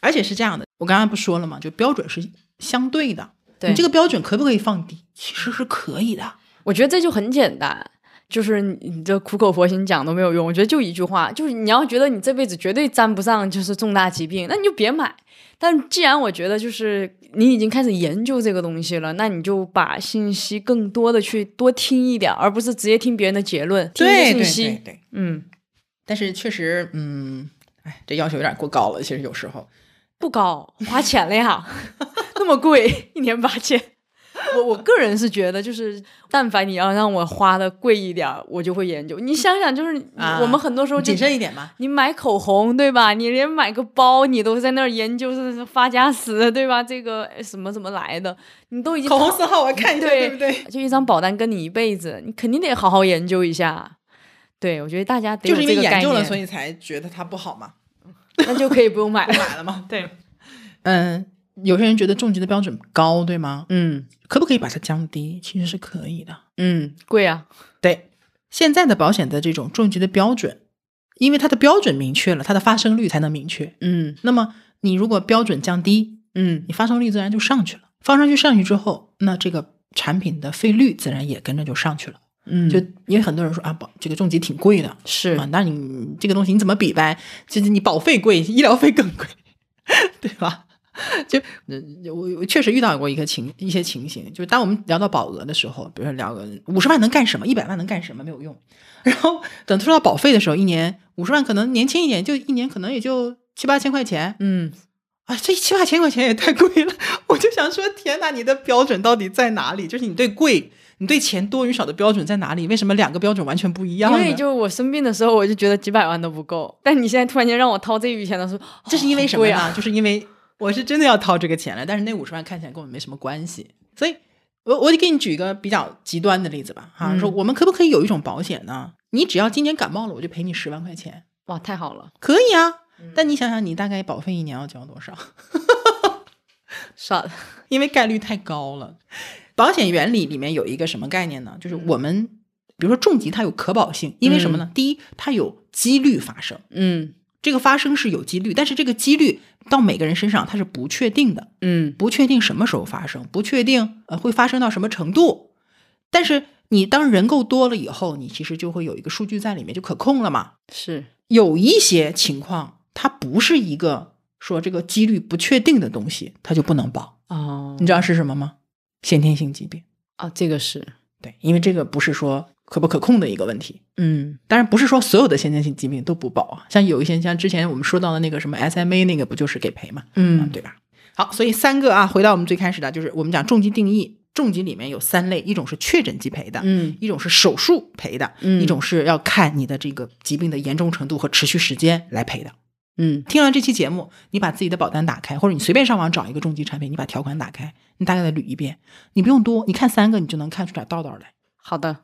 Speaker 1: 而且是这样的，我刚才不说了吗？就标准是相对的，
Speaker 2: 对，
Speaker 1: 你这个标准可不可以放低？其实是可以的。
Speaker 2: 我觉得这就很简单，就是你你这苦口婆心讲都没有用。我觉得就一句话，就是你要觉得你这辈子绝对沾不上就是重大疾病，那你就别买。但既然我觉得就是你已经开始研究这个东西了，那你就把信息更多的去多听一点，而不是直接听别人的结论，听一些信息。
Speaker 1: 对。
Speaker 2: 嗯，
Speaker 1: 但是确实，嗯，哎，这要求有点过高了。其实有时候，
Speaker 2: 不高，花钱了 (laughs) 呀，那么
Speaker 1: (laughs)
Speaker 2: 贵，一年八千。我我个人是觉得，就是但凡你要让我花的贵一点儿，我就会研究。你想想，就是你
Speaker 1: 啊
Speaker 2: 我们很多时候就
Speaker 1: 谨慎一点吧。
Speaker 2: 你买口红对吧？你连买个包你都在那儿研究是发家史对吧？这个哎什么怎么来的，你都已经
Speaker 1: 口红色号我看一下，
Speaker 2: 对
Speaker 1: 对不对？
Speaker 2: 就一张保单跟你一辈子，你肯定得好好研究一下。对，我觉得大家得
Speaker 1: 就是因为
Speaker 2: 有这个概
Speaker 1: 研究了，
Speaker 2: 念
Speaker 1: 所以 (laughs) 才觉得它不好嘛，
Speaker 2: 那就可以不用买了。
Speaker 1: 买了
Speaker 2: (laughs)
Speaker 1: 嘛。对，嗯，有些人觉得重疾的标准高，对吗？
Speaker 2: 嗯
Speaker 1: 可不可以把它降低？其实是可以的。
Speaker 2: 嗯，贵啊，
Speaker 1: 对，现在的保险的这种重疾的标准，因为它的标准明确了，它的发生率才能明确。
Speaker 2: 嗯
Speaker 1: 那么你如果标准降低，
Speaker 2: 嗯
Speaker 1: 你发生率自然就上去了。发生率上去之后，那这个产品的费率自然也跟着就上去了。
Speaker 2: 嗯，
Speaker 1: 就因为很多人说啊，保这个重疾挺贵的
Speaker 2: 是
Speaker 1: 啊，那你这个东西你怎么比呗？就是你保费贵，医疗费更贵，对吧？就嗯我我确实遇到过一个情一些情形，就是当我们聊到保额的时候，比如说聊个五十万能干什么，一百万能干什么没有用。然后等说到保费的时候，一年五十万可能年轻一点，就一年可能也就七八千块钱，
Speaker 2: 嗯
Speaker 1: 啊，这七八千块钱也太贵了，我就想说，天哪，你的标准到底在哪里？就是你对贵、你对钱多与少的标准在哪里？为什么两个标准完全不一样
Speaker 2: 因
Speaker 1: 呢？
Speaker 2: 为就我生病的时候，我就觉得几百万都不够， (laughs) 但你现在突然间让我掏这一笔钱的时候，
Speaker 1: 这是因为
Speaker 2: 好
Speaker 1: 什么
Speaker 2: 贵
Speaker 1: 呢？
Speaker 2: 啊？
Speaker 1: 就是因为我是真的要掏这个钱了，但是那五十万看起来跟我没什么关系，所以我我得给你举一个比较极端的例子吧，哈、
Speaker 2: 嗯
Speaker 1: 说我们可不可以有一种保险呢？你只要今年感冒了，我就赔你十万块钱，
Speaker 2: 哇，太好了，
Speaker 1: 可以啊。
Speaker 2: 嗯
Speaker 1: 但你想想，你大概保费一年要交多少？ (laughs)
Speaker 2: 算了，
Speaker 1: 因为概率太高了。保险原理里面有一个什么概念呢？就是我们比如说重疾，它有可保性，因为什么呢？第一，它有几率发生，
Speaker 2: 嗯
Speaker 1: 这个发生是有几率，但是这个几率到每个人身上它是不确定的，
Speaker 2: 嗯
Speaker 1: 不确定什么时候发生，不确定呃会发生到什么程度。但是你当人够多了以后，你其实就会有一个数据在里面，就可控了嘛。
Speaker 2: 是，
Speaker 1: 有一些情况，它不是一个说这个几率不确定的东西，它就不能保。
Speaker 2: 哦
Speaker 1: 你知道是什么吗？先天性疾病。
Speaker 2: 啊，这个是，
Speaker 1: 对，因为这个不是说可不可控的一个问题。
Speaker 2: 嗯
Speaker 1: 当然不是说所有的先天性疾病都不保啊，像有一些像之前我们说到的那个什么 SMA 那个不就是给赔嘛，
Speaker 2: 嗯，
Speaker 1: 啊对吧？好，所以三个啊，回到我们最开始的，就是我们讲重疾定义，重疾里面有三类，一种是确诊即赔的，
Speaker 2: 嗯
Speaker 1: 一种是手术赔的，
Speaker 2: 嗯
Speaker 1: 一种是要看你的这个疾病的严重程度和持续时间来赔的。
Speaker 2: 嗯
Speaker 1: 听完这期节目，你把自己的保单打开，或者你随便上网找一个重疾产品，你把条款打开，你大概的捋一遍，你不用多，你看三个你就能看出点道道来。
Speaker 2: 好的，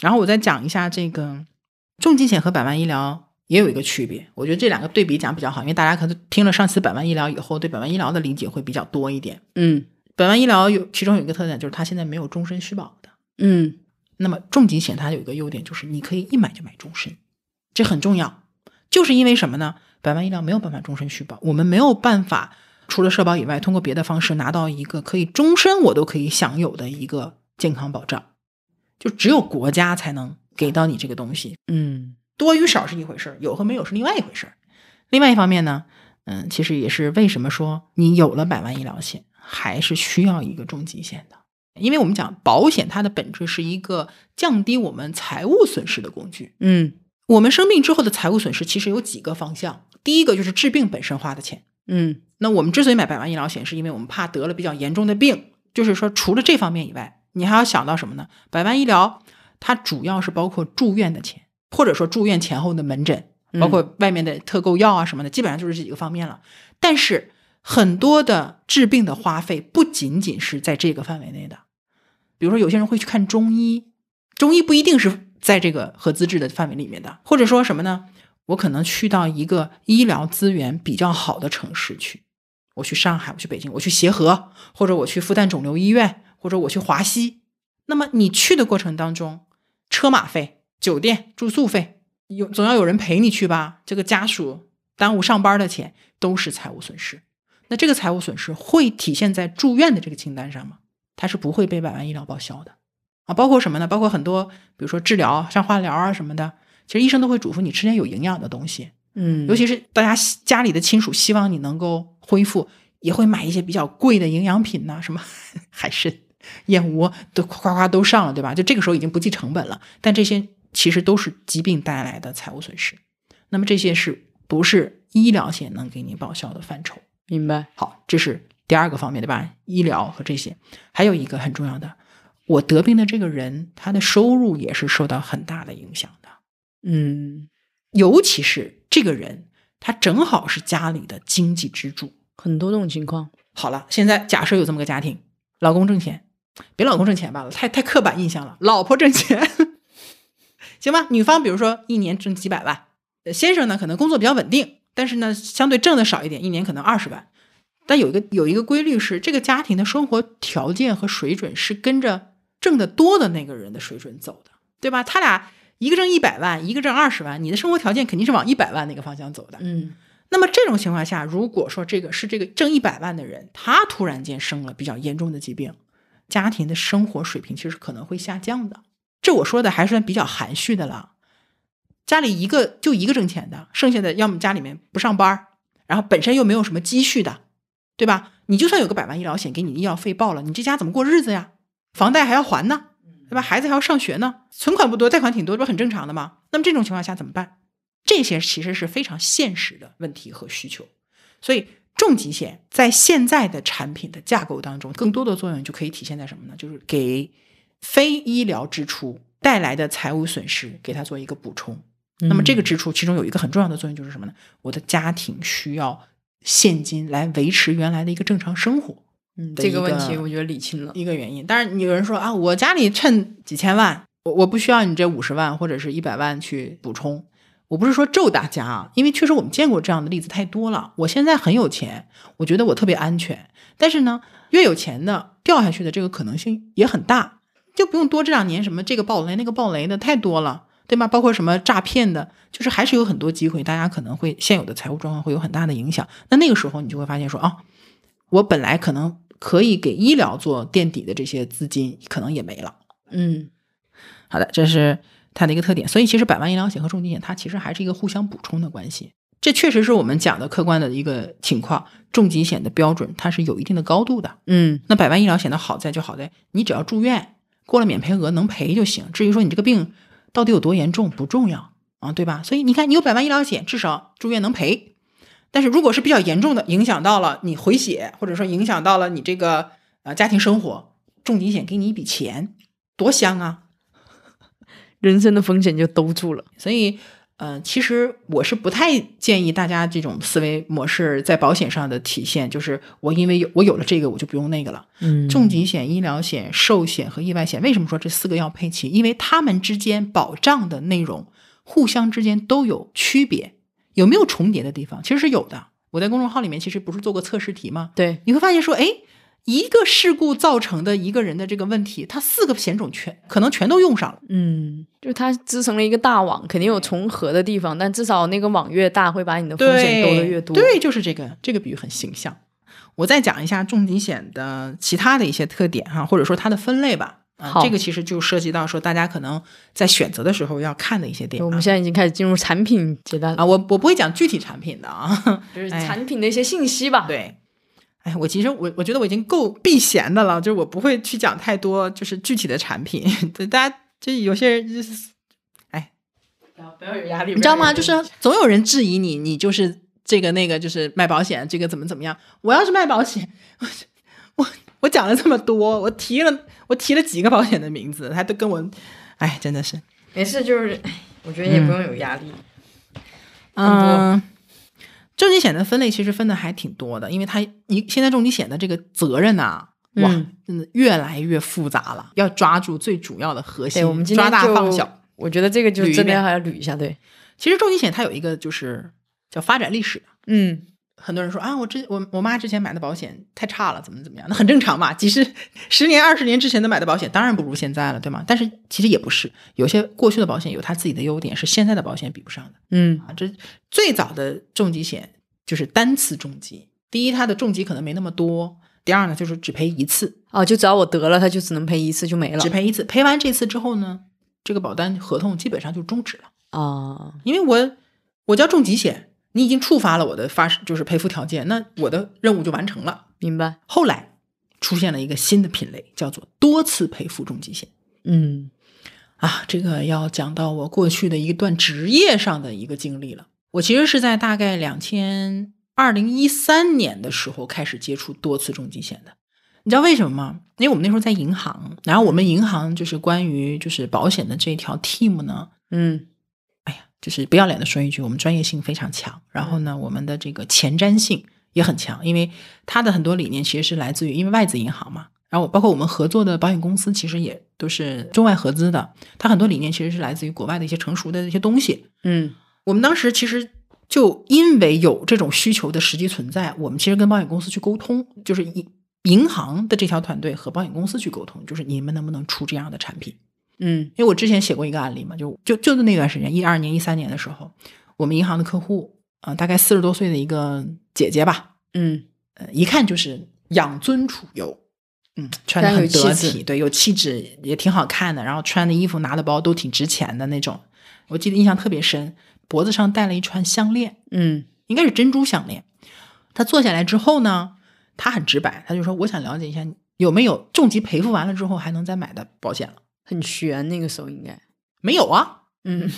Speaker 1: 然后我再讲一下这个重疾险和百万医疗也有一个区别，我觉得这两个对比讲比较好，因为大家可能听了上期百万医疗以后，对百万医疗的理解会比较多一点。
Speaker 2: 嗯
Speaker 1: 百万医疗有其中有一个特点就是它现在没有终身续保的，
Speaker 2: 嗯
Speaker 1: 那么重疾险它有一个优点就是你可以一买就买终身，这很重要，就是因为什么呢？百万医疗没有办法终身续保，我们没有办法除了社保以外，通过别的方式拿到一个可以终身我都可以享有的一个健康保障，就只有国家才能给到你这个东西。
Speaker 2: 嗯
Speaker 1: 多与少是一回事儿，有和没有是另外一回事儿。另外一方面呢，嗯，其实也是为什么说你有了百万医疗险，还是需要一个重疾险的，因为我们讲保险，它的本质是一个降低我们财务损失的工具。
Speaker 2: 嗯
Speaker 1: 我们生病之后的财务损失其实有几个方向，第一个就是治病本身花的钱。
Speaker 2: 嗯
Speaker 1: 那我们之所以买百万医疗险，是因为我们怕得了比较严重的病，就是说除了这方面以外，你还要想到什么呢？百万医疗它主要是包括住院的钱，或者说住院前后的门诊，包括外面的特购药啊什么的，基本上就是这几个方面了。但是很多的治病的花费不仅仅是在这个范围内的，比如说有些人会去看中医，中医不一定是在这个合资质的范围里面的，或者说什么呢？我可能去到一个医疗资源比较好的城市去，我去上海，我去北京，我去协和，或者我去复旦肿瘤医院，或者我去华西。那么你去的过程当中，车马费、酒店、住宿费，有总要有人陪你去吧？这个家属耽误上班的钱都是财务损失。那这个财务损失会体现在住院的这个清单上吗？它是不会被百万医疗报销的啊。包括什么呢？包括很多，比如说治疗，像化疗啊什么的，其实医生都会嘱咐你吃点有营养的东西。
Speaker 2: 嗯，
Speaker 1: 尤其是大家希家里的亲属希望你能够恢复，也会买一些比较贵的营养品呐、什么 (laughs) 海参、燕窝都夸夸都上了，对吧？就这个时候已经不计成本了，但这些其实都是疾病带来的财务损失。那么这些是不是医疗险能给你报销的范畴？
Speaker 2: 明白，
Speaker 1: 好，这是第二个方面，对吧？医疗和这些，还有一个很重要的，我得病的这个人，他的收入也是受到很大的影响的。
Speaker 2: 嗯，
Speaker 1: 尤其是这个人，他正好是家里的经济支柱。
Speaker 2: 很多种情况，
Speaker 1: 好了，现在假设有这么个家庭，老公挣钱，别老公挣钱吧，太太刻板印象了，老婆挣钱， (laughs) 行吧？女方比如说一年挣几百万，呃先生呢可能工作比较稳定，但是呢相对挣的少一点，一年可能二十万。但有一个有一个规律是，这个家庭的生活条件和水准是跟着挣得多的那个人的水准走的，对吧？他俩一个挣一百万，一个挣二十万，你的生活条件肯定是往一百万那个方向走的。
Speaker 2: 嗯
Speaker 1: 那么这种情况下，如果说这个是这个挣一百万的人，他突然间生了比较严重的疾病，家庭的生活水平其实可能会下降的。这我说的还算比较含蓄的了。家里一个就一个挣钱的，剩下的要么家里面不上班儿，然后本身又没有什么积蓄的，对吧？你就算有个百万医疗险给你医药费报了，你这家怎么过日子呀？房贷还要还呢，对吧？孩子还要上学呢，存款不多，贷款挺多，这不很正常的吗？那么这种情况下怎么办？这些其实是非常现实的问题和需求。所以，重疾险在现在的产品的架构当中，更多的作用就可以体现在什么呢？就是给非医疗支出带来的财务损失，给它做一个补充。
Speaker 2: 嗯
Speaker 1: 那么这个支出其中有一个很重要的作用就是什么呢？我的家庭需要现金来维持原来的一个正常生活，
Speaker 2: 嗯
Speaker 1: 的
Speaker 2: 这
Speaker 1: 一
Speaker 2: 个问
Speaker 1: 个
Speaker 2: 题我觉得理清了，
Speaker 1: 一个原因。当然，有人说啊，我家里趁几千万，我我不需要你这五十万或者是一百万去补充，我不是说咒大家啊，因为确实我们见过这样的例子太多了。我现在很有钱，我觉得我特别安全，但是呢，越有钱的掉下去的这个可能性也很大，就不用多这两年什么这个暴雷那个暴雷的太多了，对吧？包括什么诈骗的，就是还是有很多机会，大家可能会现有的财务状况会有很大的影响。那那个时候你就会发现说啊，我本来可能可以给医疗做垫底的这些资金，可能也没了。
Speaker 2: 嗯
Speaker 1: 好的，这是它的一个特点。所以其实百万医疗险和重疾险它其实还是一个互相补充的关系。这确实是我们讲的客观的一个情况。重疾险的标准它是有一定的高度的。
Speaker 2: 嗯
Speaker 1: 那百万医疗险的好在就好在你只要住院过了免赔额能赔就行。至于说你这个病到底有多严重不重要啊，对吧？所以你看，你有百万医疗险，至少住院能赔。但是如果是比较严重的，影响到了你回血，或者说影响到了你这个呃家庭生活，重疾险给你一笔钱，多香啊！
Speaker 2: 人生的风险就兜住了。
Speaker 1: 所以，呃，其实我是不太建议大家这种思维模式在保险上的体现，就是我因为有我有了这个，我就不用那个了。
Speaker 2: 嗯
Speaker 1: 重疾险、医疗险、寿险和意外险，为什么说这四个要配齐？因为它们之间保障的内容互相之间都有区别，有没有重叠的地方？其实是有的。我在公众号里面其实不是做过测试题吗？
Speaker 2: 对，
Speaker 1: 你会发现说，哎，一个事故造成的一个人的这个问题，他四个险种全可能全都用上了。
Speaker 2: 嗯，就它织成了一个大网，肯定有重合的地方，但至少那个网越大，会把你的风险兜得越多。
Speaker 1: 对，就是这个，这个比喻很形象。我再讲一下重疾险的其他的一些特点哈、或者说它的分类吧。啊
Speaker 2: 好，
Speaker 1: 这个其实就涉及到说大家可能在选择的时候要看的一些点
Speaker 2: 我
Speaker 1: 啊
Speaker 2: 们。现在已经开始进入产品阶段了，
Speaker 1: 啊，我我不会讲具体产品的啊。 (laughs)
Speaker 2: 就是
Speaker 1: 哎
Speaker 2: 产品的一些信息吧。，
Speaker 1: 对，哎，我其实我我觉得我已经够避嫌的了，就是我不会去讲太多就是具体的产品。 (laughs) 对，大家就有些人就是
Speaker 2: 不要有压力，
Speaker 1: 你知道吗？就是总有人质疑你，你就是这个那个，就是卖保险，这个怎么怎么样？我要是卖保险，我我我讲了这么多，我提了我提了几个保险的名字，他都跟我，哎，真的是，
Speaker 2: 没事，就是哎我觉得也不用有压力。
Speaker 1: 嗯，重疾险的分类其实分的还挺多的，因为它一现在重疾险的这个责任呐、啊哇，
Speaker 2: 嗯
Speaker 1: 真的越来越复杂了，要抓住最主要的核心，
Speaker 2: 对，我们今天
Speaker 1: 抓大
Speaker 2: 就
Speaker 1: 放小。，
Speaker 2: 我觉得这个就
Speaker 1: 捋一
Speaker 2: 真的
Speaker 1: 遍
Speaker 2: 还要捋一下。对，
Speaker 1: 其实重疾险它有一个就是叫发展历史，
Speaker 2: 嗯，
Speaker 1: 很多人说啊，我之我我妈之前买的保险太差了，怎么怎么样？那很正常嘛，几十、十年、二十年之前的买的保险，当然不如现在了，对吗？但是其实也不是，有些过去的保险有它自己的优点，是现在的保险比不上的
Speaker 2: 嗯，
Speaker 1: 啊。这最早的重疾险就是单次重疾，第一，它的重疾可能没那么多；第二呢，就是只赔一次，
Speaker 2: 哦，就只要我得了，它就只能赔一次就没了
Speaker 1: 只。赔一次，赔完这次之后呢，这个保单合同基本上就终止了。
Speaker 2: 啊，
Speaker 1: 因为我我叫重疾险，你已经触发了我的发就是赔付条件，那我的任务就完成了。
Speaker 2: 明白。
Speaker 1: 后来出现了一个新的品类，叫做多次赔付重疾险
Speaker 2: 嗯，
Speaker 1: 啊。这个要讲到我过去的一段职业上的一个经历了。我其实是在大概两千二零一三年的时候开始接触多次重疾险的。你知道为什么吗？因为我们那时候在银行，然后我们银行就是关于就是保险的这条 team 呢，
Speaker 2: 嗯，
Speaker 1: 就是不要脸的说一句，我们专业性非常强，然后呢，我们的这个前瞻性也很强，因为它的很多理念其实是来自于因为外资银行嘛，然后包括我们合作的保险公司其实也都是中外合资的，它很多理念其实是来自于国外的一些成熟的一些东西。
Speaker 2: 嗯，
Speaker 1: 我们当时其实就因为有这种需求的实际存在，我们其实跟保险公司去沟通，就是银银行的这条团队和保险公司去沟通，就是你们能不能出这样的产品。
Speaker 2: 嗯，
Speaker 1: 因为我之前写过一个案例嘛，就就就是那段时间，一二年、一三年的时候，我们银行的客户啊、呃大概四十多岁的一个姐姐吧，
Speaker 2: 嗯，
Speaker 1: 呃，一看就是养尊处优，嗯，穿
Speaker 2: 非
Speaker 1: 的很
Speaker 2: 常有
Speaker 1: 得
Speaker 2: 气质
Speaker 1: 体，对，有气质，也挺好看的，然后穿的衣服、拿的包都挺值钱的那种。我记得印象特别深，脖子上戴了一串项链，
Speaker 2: 嗯，
Speaker 1: 应该是珍珠项链。她坐下来之后呢，她很直白，她就说：“我想了解一下，有没有重疾赔付完了之后还能再买的保险了？
Speaker 2: 很悬，那个时候应该。
Speaker 1: 没有啊。”
Speaker 2: 嗯，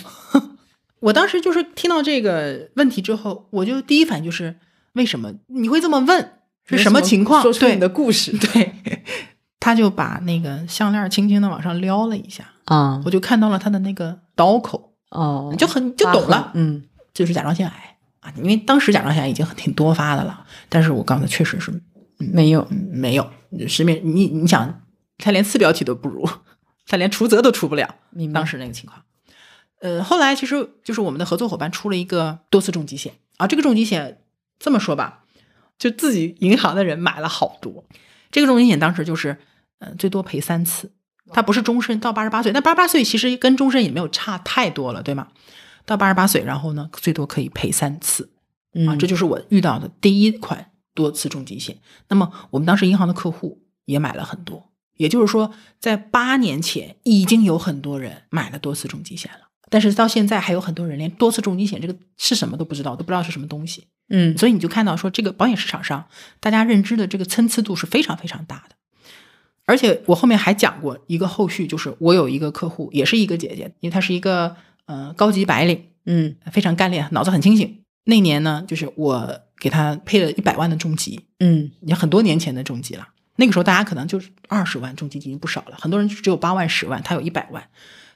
Speaker 1: 我当时就是听到这个问题之后，我就第一反应就是为什么你会这么问？是什么情况？
Speaker 2: 说出
Speaker 1: 对
Speaker 2: 你的故事
Speaker 1: (laughs) 对，他就把那个项链轻轻的往上撩了一下，
Speaker 2: 啊
Speaker 1: 我就看到了他的那个刀口，
Speaker 2: 哦，
Speaker 1: 就很就懂了，
Speaker 2: 嗯
Speaker 1: 就是甲状腺癌啊。因为当时甲状腺癌已经很挺多发的了，但是我刚才确实是
Speaker 2: 没有，
Speaker 1: 嗯没有失眠。你你想，他连次标题都不如，他连除责都除不了。
Speaker 2: 明白
Speaker 1: 当时那个情况。呃，后来其实就是我们的合作伙伴出了一个多次重疾险啊，这个重疾险这么说吧，就自己银行的人买了好多。这个重疾险当时就是，嗯、最多赔三次，它不是终身到八十八岁，但八十八岁其实跟终身也没有差太多了，对吗？到八十八岁，然后呢，最多可以赔三次啊，
Speaker 2: 嗯
Speaker 1: 这就是我遇到的第一款多次重疾险。那么我们当时银行的客户也买了很多，也就是说，在八年前已经有很多人买了多次重疾险了。但是到现在还有很多人连多次重疾险这个是什么都不知道，都不知道是什么东西。
Speaker 2: 嗯
Speaker 1: 所以你就看到说，这个保险市场上大家认知的这个参差度是非常非常大的。而且我后面还讲过一个后续，就是我有一个客户，也是一个姐姐，因为她是一个呃高级白领，
Speaker 2: 嗯
Speaker 1: 非常干练，脑子很清醒。那年呢，就是我给她配了一百万的重疾，
Speaker 2: 嗯
Speaker 1: 也很多年前的重疾了。那个时候大家可能就是二十万重疾已经不少了，很多人只有八万、十万，他有一百万。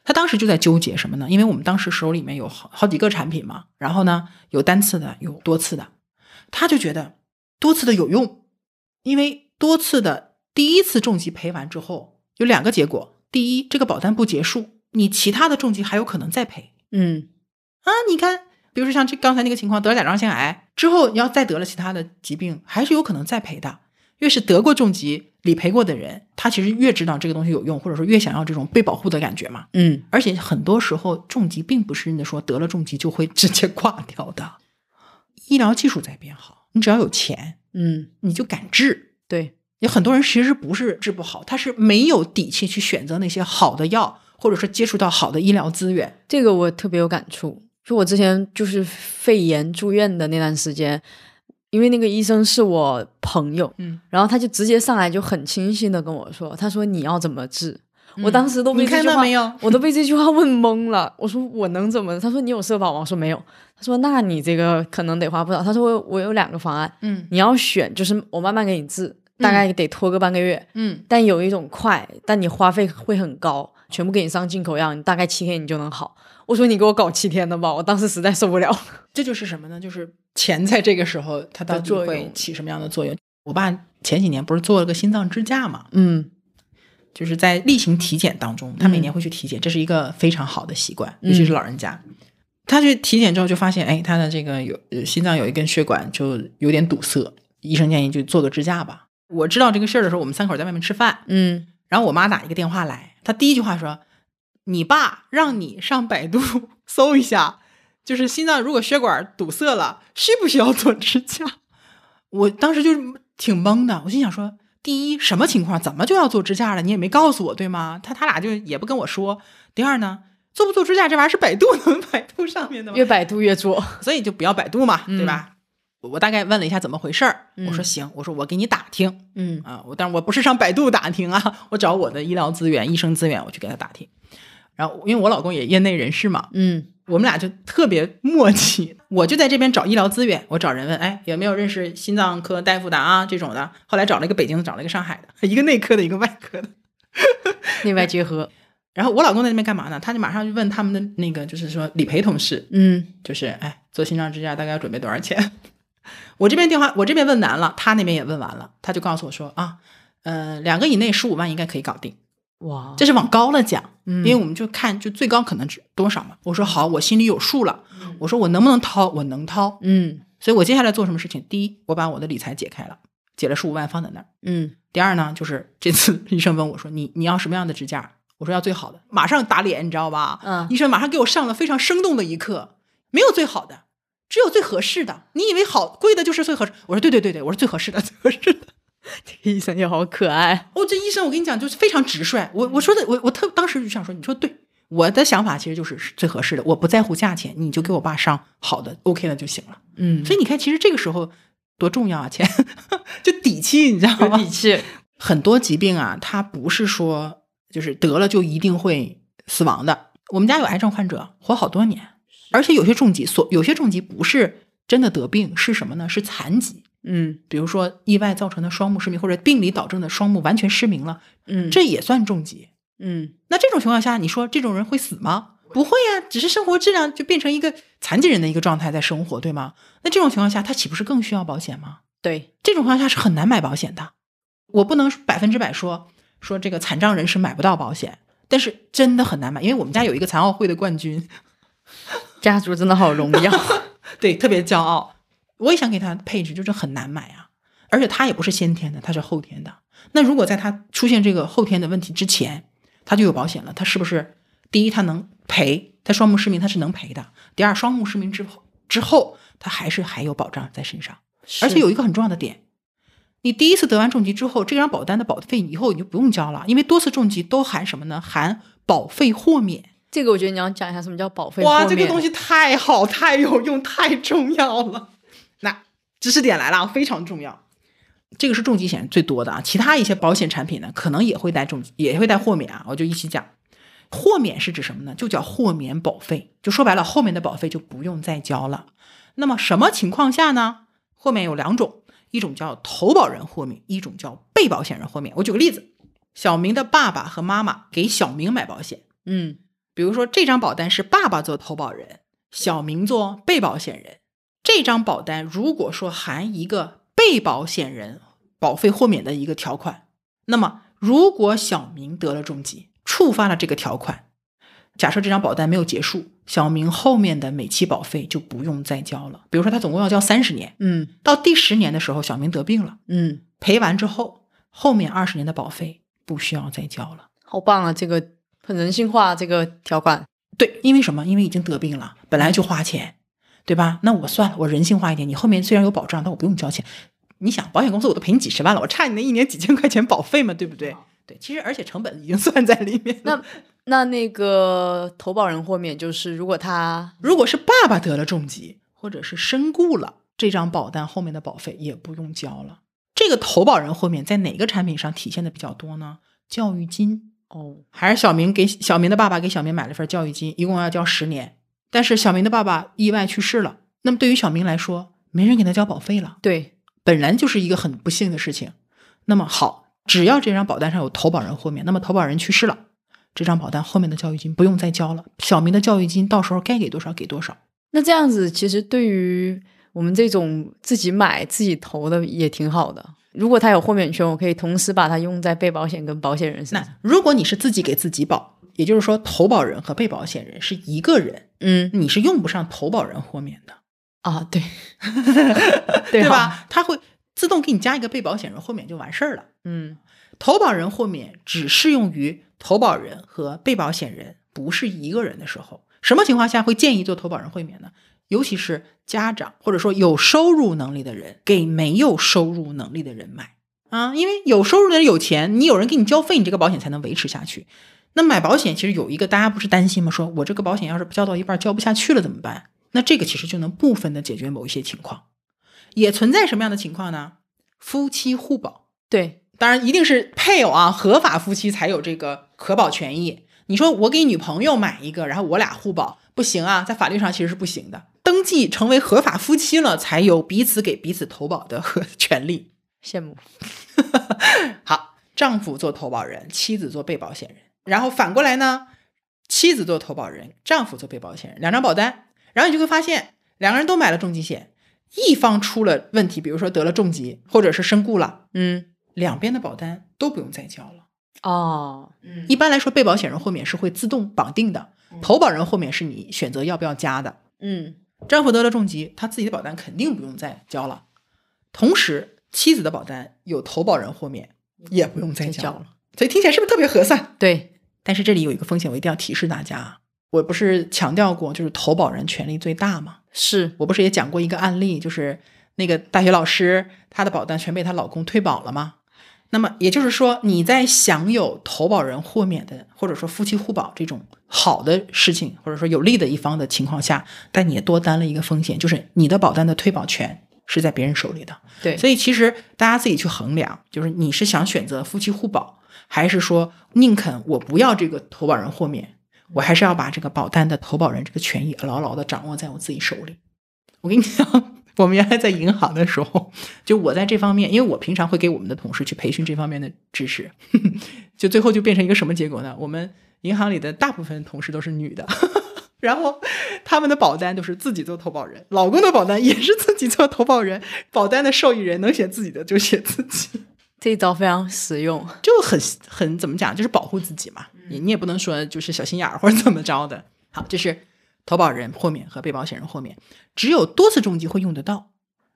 Speaker 1: 他当时就在纠结什么呢？因为我们当时手里面有好好几个产品嘛，然后呢有单次的，有多次的，他就觉得多次的有用，因为多次的第一次重疾赔完之后有两个结果：第一，这个保单不结束，你其他的重疾还有可能再赔；
Speaker 2: 嗯
Speaker 1: 啊，你看，比如说像这刚才那个情况，得了甲状腺癌之后，你要再得了其他的疾病，还是有可能再赔的。越是得过重疾、理赔过的人，他其实越知道这个东西有用，或者说越想要这种被保护的感觉嘛。
Speaker 2: 嗯，
Speaker 1: 而且很多时候，重疾并不是你说得了重疾就会 (laughs) 直接挂掉的。医疗技术在变好，你只要有钱，
Speaker 2: 嗯，
Speaker 1: 你就敢治，
Speaker 2: 对，
Speaker 1: 有很多人其实不是治不好，他是没有底气去选择那些好的药，或者说接触到好的医疗资源。
Speaker 2: 这个我特别有感触。就我之前就是肺炎住院的那段时间，因为那个医生是我朋友，
Speaker 1: 嗯，
Speaker 2: 然后他就直接上来就很清晰的跟我说，他说你要怎么治。我当时都
Speaker 1: 嗯
Speaker 2: 被
Speaker 1: 你
Speaker 2: 这
Speaker 1: 看
Speaker 2: 句
Speaker 1: 到
Speaker 2: 话
Speaker 1: 没有？
Speaker 2: 我都被这句话问懵了。我说我能怎么？他说你有社保吗？我说没有。他说那你这个可能得花不少。他说我我有两个方案，
Speaker 1: 嗯
Speaker 2: 你要选，就是我慢慢给你治，大概得拖个半个月。
Speaker 1: 嗯
Speaker 2: 但有一种快，但你花费会很高，全部给你上进口药，你大概七天你就能好。我说你给我搞七天的吧，我当时实在受不了。
Speaker 1: 这就是什么呢？就是钱在这个时候它到
Speaker 2: 的
Speaker 1: 底
Speaker 2: 作
Speaker 1: 会
Speaker 2: 用
Speaker 1: 起什么样的作用？我爸前几年不是做了个心脏支架嘛，
Speaker 2: 嗯
Speaker 1: 就是在例行体检当中，他每年会去体检，这是一个非常好的习惯，尤
Speaker 2: 嗯
Speaker 1: 其是老人家。他去体检之后就发现，哎，他的这个有呃心脏有一根血管就有点堵塞，医生建议就做个支架吧。我知道这个事儿的时候，我们三口在外面吃饭，
Speaker 2: 嗯，
Speaker 1: 然后我妈打一个电话来，她第一句话说：“你爸让你上百度 (laughs) 搜一下，就是心脏如果血管堵塞了，需不需要做支架？” (laughs) 我当时就是挺懵的，我心想说：第一，什么情况？怎么就要做支架了？你也没告诉我，对吗？他他俩就也不跟我说。第二呢，做不做支架这玩意儿是百度能 (laughs) 百度上面的吗？
Speaker 2: 越百度越做。
Speaker 1: 所以就不要百度嘛，对吧？我我大概问了一下怎么回事儿，我说
Speaker 2: 嗯
Speaker 1: 行，我说我给你打听，
Speaker 2: (laughs) 嗯
Speaker 1: 啊，我但是我不是上百度打听啊，我找我的医疗资源、医生资源，我去给他打听。然后因为我老公也业内人士嘛，
Speaker 2: 嗯
Speaker 1: 我们俩就特别默契，我就在这边找医疗资源，我找人问，哎，有没有认识心脏科大夫的啊这种的？后来找了一个北京的，找了一个上海的，一个内科的，一个外科的。
Speaker 2: 内外结合。
Speaker 1: 然后我老公在那边干嘛呢？他就马上就问他们的那个，就是说理赔同事，
Speaker 2: 嗯
Speaker 1: 就是哎，做心脏支架大概要准备多少钱？ (laughs) 我这边电话，我这边问完了，他那边也问完了，他就告诉我说啊，呃，两个以内十五万应该可以搞定。
Speaker 2: 哇，
Speaker 1: 这是往高了讲，
Speaker 2: 嗯
Speaker 1: 因为我们就看就最高可能只多少嘛。我说好，我心里有数了。我说我能不能掏？我能掏。
Speaker 2: 嗯
Speaker 1: 所以我接下来做什么事情？第一，我把我的理财解开了，解了十五万放在那儿。
Speaker 2: 嗯
Speaker 1: 第二呢，就是这次 (laughs) 医生问我说你你要什么样的支架？我说要最好的，马上打脸，你知道吧？
Speaker 2: 嗯
Speaker 1: 医生马上给我上了非常生动的一课，没有最好的，只有最合适的。你以为好贵的就是最合适？我说对对对对，我说最合适的，最合适的。
Speaker 2: 医生也好可爱。
Speaker 1: 哦，这医生，我跟你讲，就是非常直率。我我说的，我我特当时就想说，你说对，我的想法其实就是是最合适的，我不在乎价钱，你就给我爸上好的，OK 的就行了。
Speaker 2: 嗯，
Speaker 1: 所以你看，其实这个时候多重要啊，钱， (laughs) 就底气，你知道
Speaker 2: 有
Speaker 1: 吗
Speaker 2: 底？气。
Speaker 1: 很多疾病啊，它不是说就是得了就一定会死亡的。我们家有癌症患者活好多年，而且有些重疾，所有些重疾不是真的得病，是什么呢？是残疾。
Speaker 2: 嗯
Speaker 1: 比如说意外造成的双目失明，或者病理导致的双目完全失明了，
Speaker 2: 嗯
Speaker 1: 这也算重疾。
Speaker 2: 嗯
Speaker 1: 那这种情况下，你说这种人会死吗？不会呀、只是生活质量就变成一个残疾人的一个状态在生活，对吗？那这种情况下，他岂不是更需要保险吗？
Speaker 2: 对，
Speaker 1: 这种情况下是很难买保险的。我不能百分之百说说这个残障人是买不到保险，但是真的很难买，因为我们家有一个残奥会的冠军，
Speaker 2: 家族真的好荣耀。
Speaker 1: 对，特别骄傲。我也想给他配置，就是很难买啊，而且他也不是先天的，他是后天的。那如果在他出现这个后天的问题之前，他就有保险了，他是不是第一他能赔，他双目失明他是能赔的；第二双目失明之后之后，他还是还有保障在身上。而且有一个很重要的点，你第一次得完重疾之后，这张保单的保费以后你就不用交了，因为多次重疾都含什么呢？含保费豁免。
Speaker 2: 这个，我觉得你要讲一下什么叫保费
Speaker 1: 哇，
Speaker 2: 豁
Speaker 1: 这个
Speaker 2: 免
Speaker 1: 东西太好、太有用、太重要了。那知识点来了，啊非常重要。这个是重疾险最多的啊，其他一些保险产品呢，可能也会带重，也会带豁免啊，我就一起讲。豁免是指什么呢？就叫豁免保费，就说白了，后面的保费就不用再交了。那么什么情况下呢？豁免有两种，一种叫投保人豁免，一种叫被保险人豁免。我举个例子，小明的爸爸和妈妈给小明买保险，
Speaker 2: 嗯，
Speaker 1: 比如说这张保单是爸爸做投保人，小明做被保险人。这张保单如果说含一个被保险人保费豁免的一个条款，那么如果小明得了重疾，触发了这个条款，假设这张保单没有结束，小明后面的每期保费就不用再交了。比如说他总共要交三十年，
Speaker 2: 嗯
Speaker 1: 到第十年的时候，小明得病了，
Speaker 2: 嗯，
Speaker 1: 赔完之后，后面二十年的保费不需要再交了。
Speaker 2: 好棒啊！这个很人性化，这个条款。
Speaker 1: 对，因为什么？因为已经得病了，本来就花钱，对吧？那我算了，我人性化一点，你后面虽然有保障，但我不用交钱。你想，保险公司我都赔你几十万了，我差你那一年几千块钱保费嘛，对不对？对，其实而且成本已经 (laughs) 算在里面了。
Speaker 2: 那那那个投保人豁免就是，如果他
Speaker 1: 如果是爸爸得了重疾，或者是身故了，这张保单后面的保费也不用交了。这个投保人豁免在哪个产品上体现的比较多呢？教育金。
Speaker 2: 哦，
Speaker 1: 还是小明给小明的爸爸给小明买了份教育金，一共要交十年。但是小明的爸爸意外去世了，那么对于小明来说，没人给他交保费了，
Speaker 2: 对，
Speaker 1: 本来就是一个很不幸的事情。那么好，只要这张保单上有投保人豁免，那么投保人去世了，这张保单后面的教育金不用再交了。小明的教育金到时候该给多少给多少。
Speaker 2: 那这样子其实对于我们这种自己买自己投的也挺好的。如果他有豁免权，我可以同时把它用在被保险跟保险人身
Speaker 1: 那
Speaker 2: 上。
Speaker 1: 如果你是自己给自己保，也就是说投保人和被保险人是一个人，
Speaker 2: 嗯
Speaker 1: 你是用不上投保人豁免的。
Speaker 2: 啊，
Speaker 1: (laughs)
Speaker 2: 对，
Speaker 1: 对
Speaker 2: 哈？
Speaker 1: 吧？它会自动给你加一个被保险人豁免就完事儿了。
Speaker 2: 嗯，
Speaker 1: 投保人豁免只适用于投保人和被保险人不是一个人的时候。什么情况下会建议做投保人豁免呢？尤其是家长或者说有收入能力的人给没有收入能力的人买啊，因为有收入的人有钱，你有人给你交费，你这个保险才能维持下去。那买保险其实有一个大家不是担心吗？说我这个保险要是交到一半交不下去了怎么办？那这个其实就能部分的解决某一些情况。也存在什么样的情况呢？夫妻互保，
Speaker 2: 对，
Speaker 1: 当然一定是配偶啊，合法夫妻才有这个可保权益。你说我给女朋友买一个，然后我俩互保，不行啊，在法律上其实是不行的。登记成为合法夫妻了，才有彼此给彼此投保的和权利。
Speaker 2: 羡慕。
Speaker 1: 好，丈夫做投保人，妻子做被保险人，然后反过来呢，妻子做投保人，丈夫做被保险人，两张保单。然后你就会发现，两个人都买了重疾险，一方出了问题，比如说得了重疾，或者是身故了，
Speaker 2: 嗯，
Speaker 1: 两边的保单都不用再交了。
Speaker 2: 哦，嗯
Speaker 1: 一般来说，被保险人豁免是会自动绑定的，投保人豁免是你选择要不要加的。
Speaker 2: 嗯，
Speaker 1: 丈夫得了重疾，他自己的保单肯定不用再交了，同时妻子的保单有投保人豁免，也不用再
Speaker 2: 再交
Speaker 1: 交了。所以听起来是不是特别合算？
Speaker 2: 对，
Speaker 1: 但是这里有一个风险，我一定要提示大家啊，我不是强调过，就是投保人权利最大吗？
Speaker 2: 是，
Speaker 1: 我不是也讲过一个案例，就是那个大学老师，她的保单全被她老公退保了吗？那么也就是说，你在享有投保人豁免的，或者说夫妻互保这种好的事情，或者说有利的一方的情况下，但你也多担了一个风险，就是你的保单的退保权是在别人手里的。
Speaker 2: 对，
Speaker 1: 所以其实大家自己去衡量，就是你是想选择夫妻互保，还是说宁肯我不要这个投保人豁免，我还是要把这个保单的投保人这个权益牢牢的掌握在我自己手里。我跟你讲， (laughs) 我们原来在银行的时候，就我在这方面，因为我平常会给我们的同事去培训这方面的知识， (laughs) 就最后就变成一个什么结果呢？我们银行里的大部分同事都是女的。然后他们的保单都是自己做投保人，老公的保单也是自己做投保人，保单的受益人能写自己的就写自己，
Speaker 2: 这一招非常实用。
Speaker 1: 就很很嗯怎么讲，就是保护自己嘛。你你也不能说就是小心眼儿或者怎么着的。好，这是投保人豁免和被保险人豁免，只有多次重疾会用得到。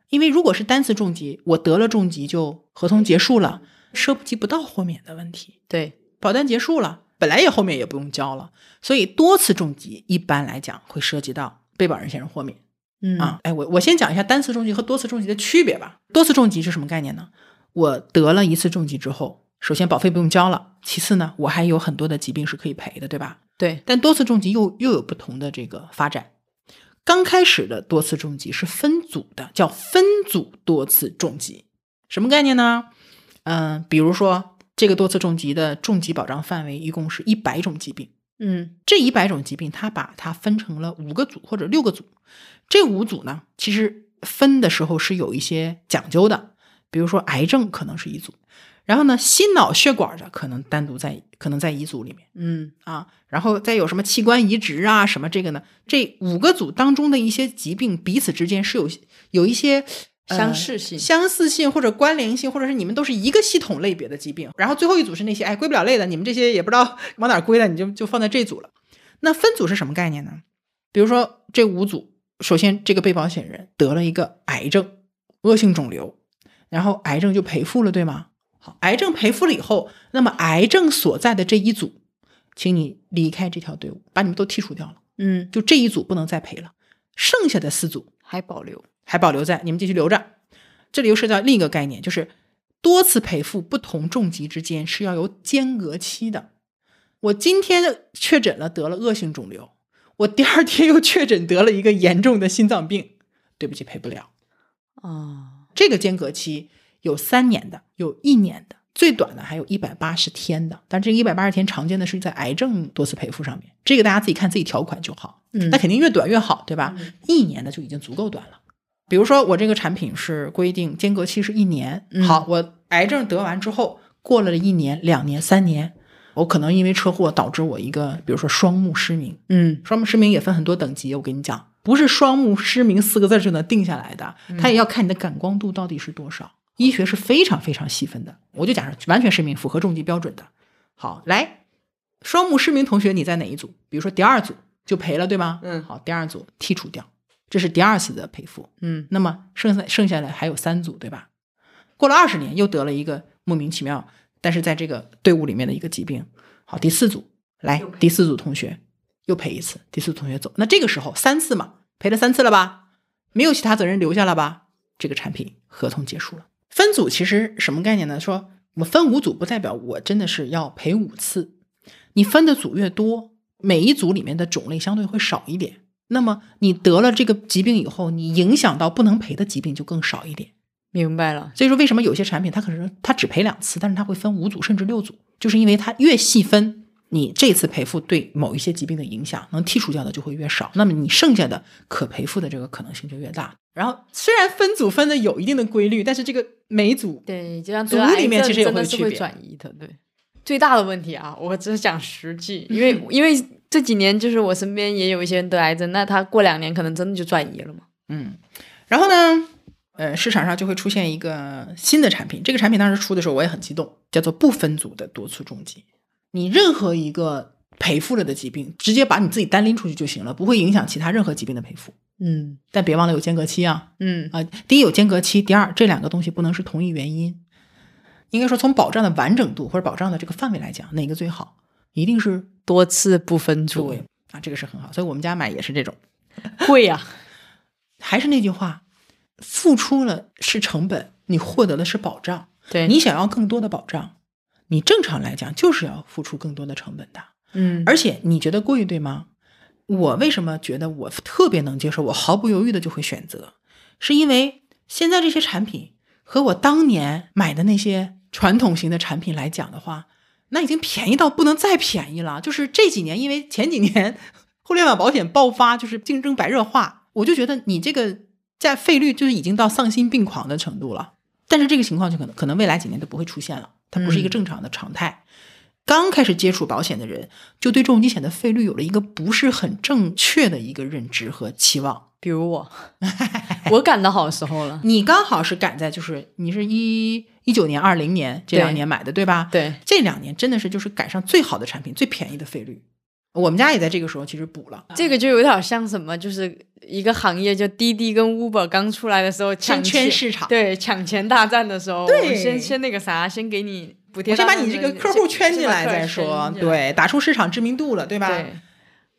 Speaker 1: 因为如果是单次重疾，我得了重疾就合同结束了，涉及不到豁免的问题，
Speaker 2: 对，
Speaker 1: 保单结束了，本来也后面也不用交了。所以多次重疾一般来讲会涉及到被保人先生豁免。
Speaker 2: 嗯
Speaker 1: 啊，哎，我我先讲一下单次重疾和多次重疾的区别吧。多次重疾是什么概念呢？我得了一次重疾之后，首先保费不用交了，其次呢，我还有很多的疾病是可以赔的，对吧？
Speaker 2: 对，
Speaker 1: 但多次重疾又又有不同的这个发展。刚开始的多次重疾是分组的，叫分组多次重疾，什么概念呢？嗯、比如说这个多次重疾的重疾保障范围一共是一百种疾病。
Speaker 2: 嗯
Speaker 1: 这一百种疾病，它把它分成了五个组或者六个组。这五组呢，其实分的时候是有一些讲究的，比如说癌症可能是一组，然后呢，心脑血管的可能单独在可能在一组里面
Speaker 2: 嗯
Speaker 1: 啊，然后再有什么器官移植啊什么这个呢，这五个组当中的一些疾病彼此之间是有有一些。呃
Speaker 2: 相似性
Speaker 1: 相似性或者关联性，或者是你们都是一个系统类别的疾病，然后最后一组是那些哎归不了类的，你们这些也不知道 (laughs) 往哪儿归的，你就就放在这组了。那分组是什么概念呢？比如说这五组，首先这个被保险人得了一个癌症，恶性肿瘤，然后癌症就赔付了，对吗？好，癌症赔付了以后，那么癌症所在的这一组，请你离开这条队伍，把你们都剔除掉了，
Speaker 2: 嗯，
Speaker 1: 就这一组不能再赔了，剩下的四组
Speaker 2: 还保留，
Speaker 1: 还保留在，你们继续留着。这里又涉及到另一个概念，就是多次赔付不同重疾之间是要有间隔期的。我今天确诊了得了恶性肿瘤，我第二天又确诊得了一个严重的心脏病，对不起，赔不了。
Speaker 2: 啊，
Speaker 1: 这个间隔期有三年的，有一年的，最短的还有一百八十天的。但这个一百八十天常见的是在癌症多次赔付上面，这个大家自己看自己条款就好。
Speaker 2: 嗯
Speaker 1: 那肯定越短越好，对吧？一年的就已经足够短了。比如说我这个产品是规定间隔期是一年，
Speaker 2: 嗯
Speaker 1: 好，我癌症得完之后，过了一年、两年、三年，我可能因为车祸导致我一个，比如说双目失明，
Speaker 2: 嗯
Speaker 1: 双目失明也分很多等级，我跟你讲，不是双目失明四个字就能定下来的，它也要看你的感光度到底是多少。医学是非常非常细分的，我就假设完全失明，符合重疾标准的。好，来，双目失明同学你在哪一组？比如说第二组就赔了，对吗？
Speaker 2: 嗯
Speaker 1: 好，第二组剔除掉，这是第二次的赔付。
Speaker 2: 嗯
Speaker 1: 那么剩下剩下的还有三组，对吧？过了二十年，又得了一个莫名其妙，但是在这个队伍里面的一个疾病。好，第四组来，第四组同学又赔一次，第四组同学走。那这个时候三次嘛，赔了三次了吧？没有其他责任留下了吧？这个产品合同结束了。分组其实什么概念呢？说我分五组，不代表我真的是要赔五次。你分的组越多，每一组里面的种类相对会少一点。那么你得了这个疾病以后，你影响到不能赔的疾病就更少一点。
Speaker 2: 明白了，
Speaker 1: 所以说，为什么有些产品它可能它只赔两次，但是它会分五组甚至六组，就是因为它越细分，你这次赔付对某一些疾病的影响能剔除掉的就会越少，那么你剩下的可赔付的这个可能性就越大。然后虽然分组分的有一定的规律，但是这个每组
Speaker 2: 对，就像
Speaker 1: 组
Speaker 2: 得癌
Speaker 1: 里面
Speaker 2: 症
Speaker 1: 其实也
Speaker 2: 真
Speaker 1: 会
Speaker 2: 的
Speaker 1: 有
Speaker 2: 是
Speaker 1: 区
Speaker 2: 会
Speaker 1: 别
Speaker 2: 转移的，对。最大的问题啊，我只是讲实际，
Speaker 1: (laughs)
Speaker 2: 因为因为这几年就是我身边也有一些人得癌症，那他过两年可能真的就转移了嘛。
Speaker 1: 嗯，然后呢，呃，市场上就会出现一个新的产品。这个产品当时出的时候，我也很激动，叫做不分组的多次重疾。你任何一个赔付了的疾病，直接把你自己单拎出去就行了，不会影响其他任何疾病的赔付。
Speaker 2: 嗯
Speaker 1: 但别忘了有间隔期啊
Speaker 2: 嗯
Speaker 1: 啊！第一有间隔期，第二这两个东西不能是同一原因。应该说，从保障的完整度或者保障的这个范围来讲，哪个最好？一定是
Speaker 2: 多次不分组
Speaker 1: 对啊，这个是很好。所以我们家买也是这种。
Speaker 2: 贵啊呀、
Speaker 1: (laughs) 还是那句话，付出了是成本，你获得的是保障。
Speaker 2: 对
Speaker 1: 你想要更多的保障，你正常来讲就是要付出更多的成本的。
Speaker 2: 嗯
Speaker 1: 而且你觉得贵，对吗？我为什么觉得我特别能接受，我毫不犹豫的就会选择，是因为现在这些产品和我当年买的那些传统型的产品来讲的话，那已经便宜到不能再便宜了。就是这几年，因为前几年互联网保险爆发，就是竞争白热化，我就觉得你这个价费率就是已经到丧心病狂的程度了。但是这个情况就可能可能未来几年都不会出现了，它不是一个
Speaker 2: 嗯
Speaker 1: 正常的常态。刚开始接触保险的人，就对重疾险的费率有了一个不是很正确的一个认知和期望。
Speaker 2: 比
Speaker 1: (laughs)
Speaker 2: 如我，我赶到好时候了。
Speaker 1: 你刚好是赶在就是你是一一九年、二零年这两
Speaker 2: 对
Speaker 1: 年买的，对吧？
Speaker 2: 对，
Speaker 1: 这两年真的是就是赶上最好的产品、最便宜的费率。我们家也在这个时候其实补了，
Speaker 2: 这个就有点像什么，就是一个行业，就滴滴跟 Uber 刚出来的时候抢
Speaker 1: 先圈
Speaker 2: 钱
Speaker 1: 市场。
Speaker 2: 对抢钱大战的时候，
Speaker 1: 对
Speaker 2: 我先先那个啥，先给你补贴
Speaker 1: 我
Speaker 2: 大
Speaker 1: 先把
Speaker 2: 战的，
Speaker 1: 你这个客户圈进来
Speaker 2: 先把客
Speaker 1: 再
Speaker 2: 人
Speaker 1: 说
Speaker 2: 圈，进来
Speaker 1: 对，打出市场知名度了，对吧？
Speaker 2: 对，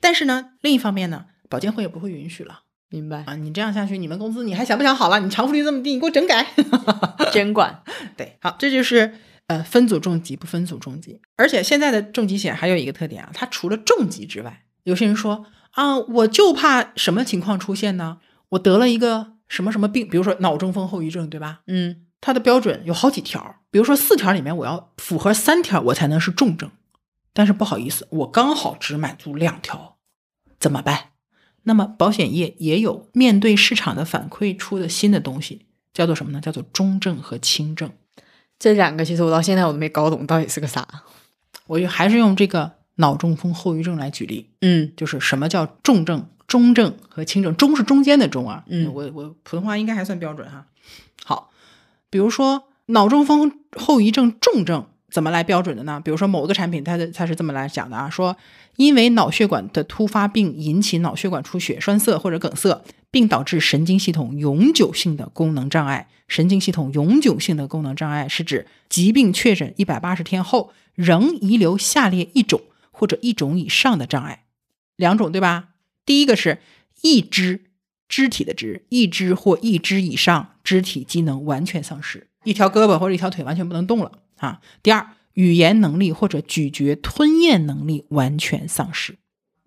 Speaker 1: 但是呢，另一方面呢，保监会也不会允许了
Speaker 2: 明白，
Speaker 1: 啊！你这样下去，你们公司你还想不想好了？你偿付率这么低，你给我整改。
Speaker 2: 监管，
Speaker 1: 对，好，这就是呃分组重疾不分组重疾，而且现在的重疾险还有一个特点啊，它除了重疾之外，有些人说啊，我就怕什么情况出现呢？我得了一个什么什么病，比如说脑中风后遗症，对吧？
Speaker 2: 嗯，
Speaker 1: 它的标准有好几条，比如说四条里面我要符合三条，我才能是重症。但是不好意思，我刚好只满足两条，怎么办？那么保险业也有面对市场的反馈出的新的东西，叫做什么呢？叫做中症和轻症。
Speaker 2: 这两个其实我到现在我都没搞懂到底是个啥，
Speaker 1: 我就还是用这个脑中风后遗症来举例，
Speaker 2: 嗯，
Speaker 1: 就是什么叫重症、中症和轻症，中是中间的中啊，
Speaker 2: 嗯
Speaker 1: 我我普通话应该还算标准哈。好，比如说脑中风后遗症重症怎么来标准的呢？比如说某个产品它的它是这么来讲的啊，说因为脑血管的突发病引起脑血管出血、栓塞或者梗塞，并导致神经系统永久性的功能障碍。神经系统永久性的功能障碍是指疾病确诊一百八十天后仍遗留下列一种或者一种以上的障碍，两种对吧？第一个是一肢肢体的肢，一肢或一肢以上肢体机能完全丧失，一条胳膊或者一条腿完全不能动了啊。第二，语言能力或者咀嚼吞咽能力完全丧失。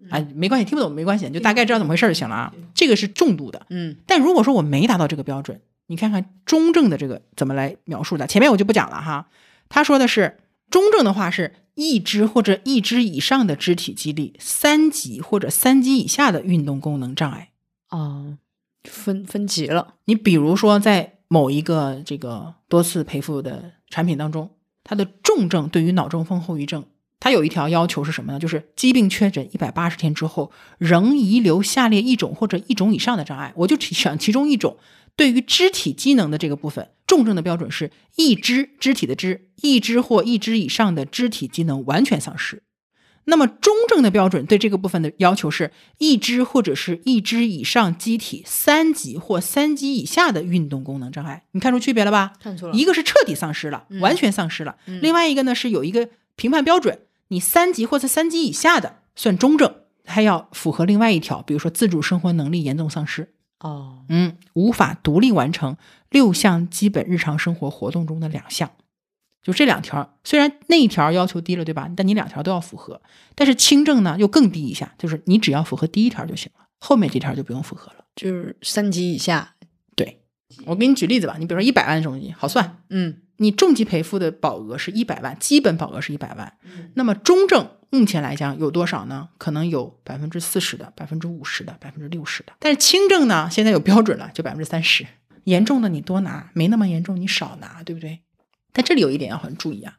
Speaker 1: 啊，没关系，听不懂没关系，你就大概知道怎么回事儿就行了啊。这个是重度的，
Speaker 2: 嗯，
Speaker 1: 但如果说我没达到这个标准，你看看中正的这个怎么来描述的，前面我就不讲了哈。他说的是中正的话是一肢或者一肢以上的肢体肌力，三级或者三级以下的运动功能障碍。
Speaker 2: 哦，分分级了，
Speaker 1: 你比如说在某一个这个多次赔付的产品当中，它的重症对于脑中风后遗症，它有一条要求是什么呢？就是疾病确诊一百八十天之后，仍遗留下列一种或者一种以上的障碍。我就只想其中一种，对于肢体机能的这个部分，重症的标准是一肢肢体的肢，一肢或一肢以上的肢体机能完全丧失。那么中正的标准对这个部分的要求是一肢或者是一肢以上机体三级或三级以下的运动功能障碍，你看出区别了吧？
Speaker 2: 看出来，
Speaker 1: 一个是彻底丧失了，
Speaker 2: 嗯
Speaker 1: 完全丧失了；
Speaker 2: 嗯
Speaker 1: 另外一个呢是有一个评判标准，你三级或者三级以下的算中正，还要符合另外一条，比如说自主生活能力严重丧失，
Speaker 2: 哦，
Speaker 1: 嗯，无法独立完成六项基本日常生活活动中的两项，就这两条。虽然那一条要求低了，对吧？但你两条都要符合。但是轻症呢，又更低一下，就是你只要符合第一条就行了，后面这条就不用符合了。
Speaker 2: 就是三级以下，
Speaker 1: 对，我给你举例子吧，你比如说一百万重疾，好算，
Speaker 2: 嗯，
Speaker 1: 你重疾赔付的保额是一百万，基本保额是一百万。那么中症目前来讲有多少呢？可能有百分之四十的、百分之五十的、百分之六十的。但是轻症呢，现在有标准了，就百分之三十。严重的你多拿，没那么严重你少拿，对不对？但这里有一点要很注意啊，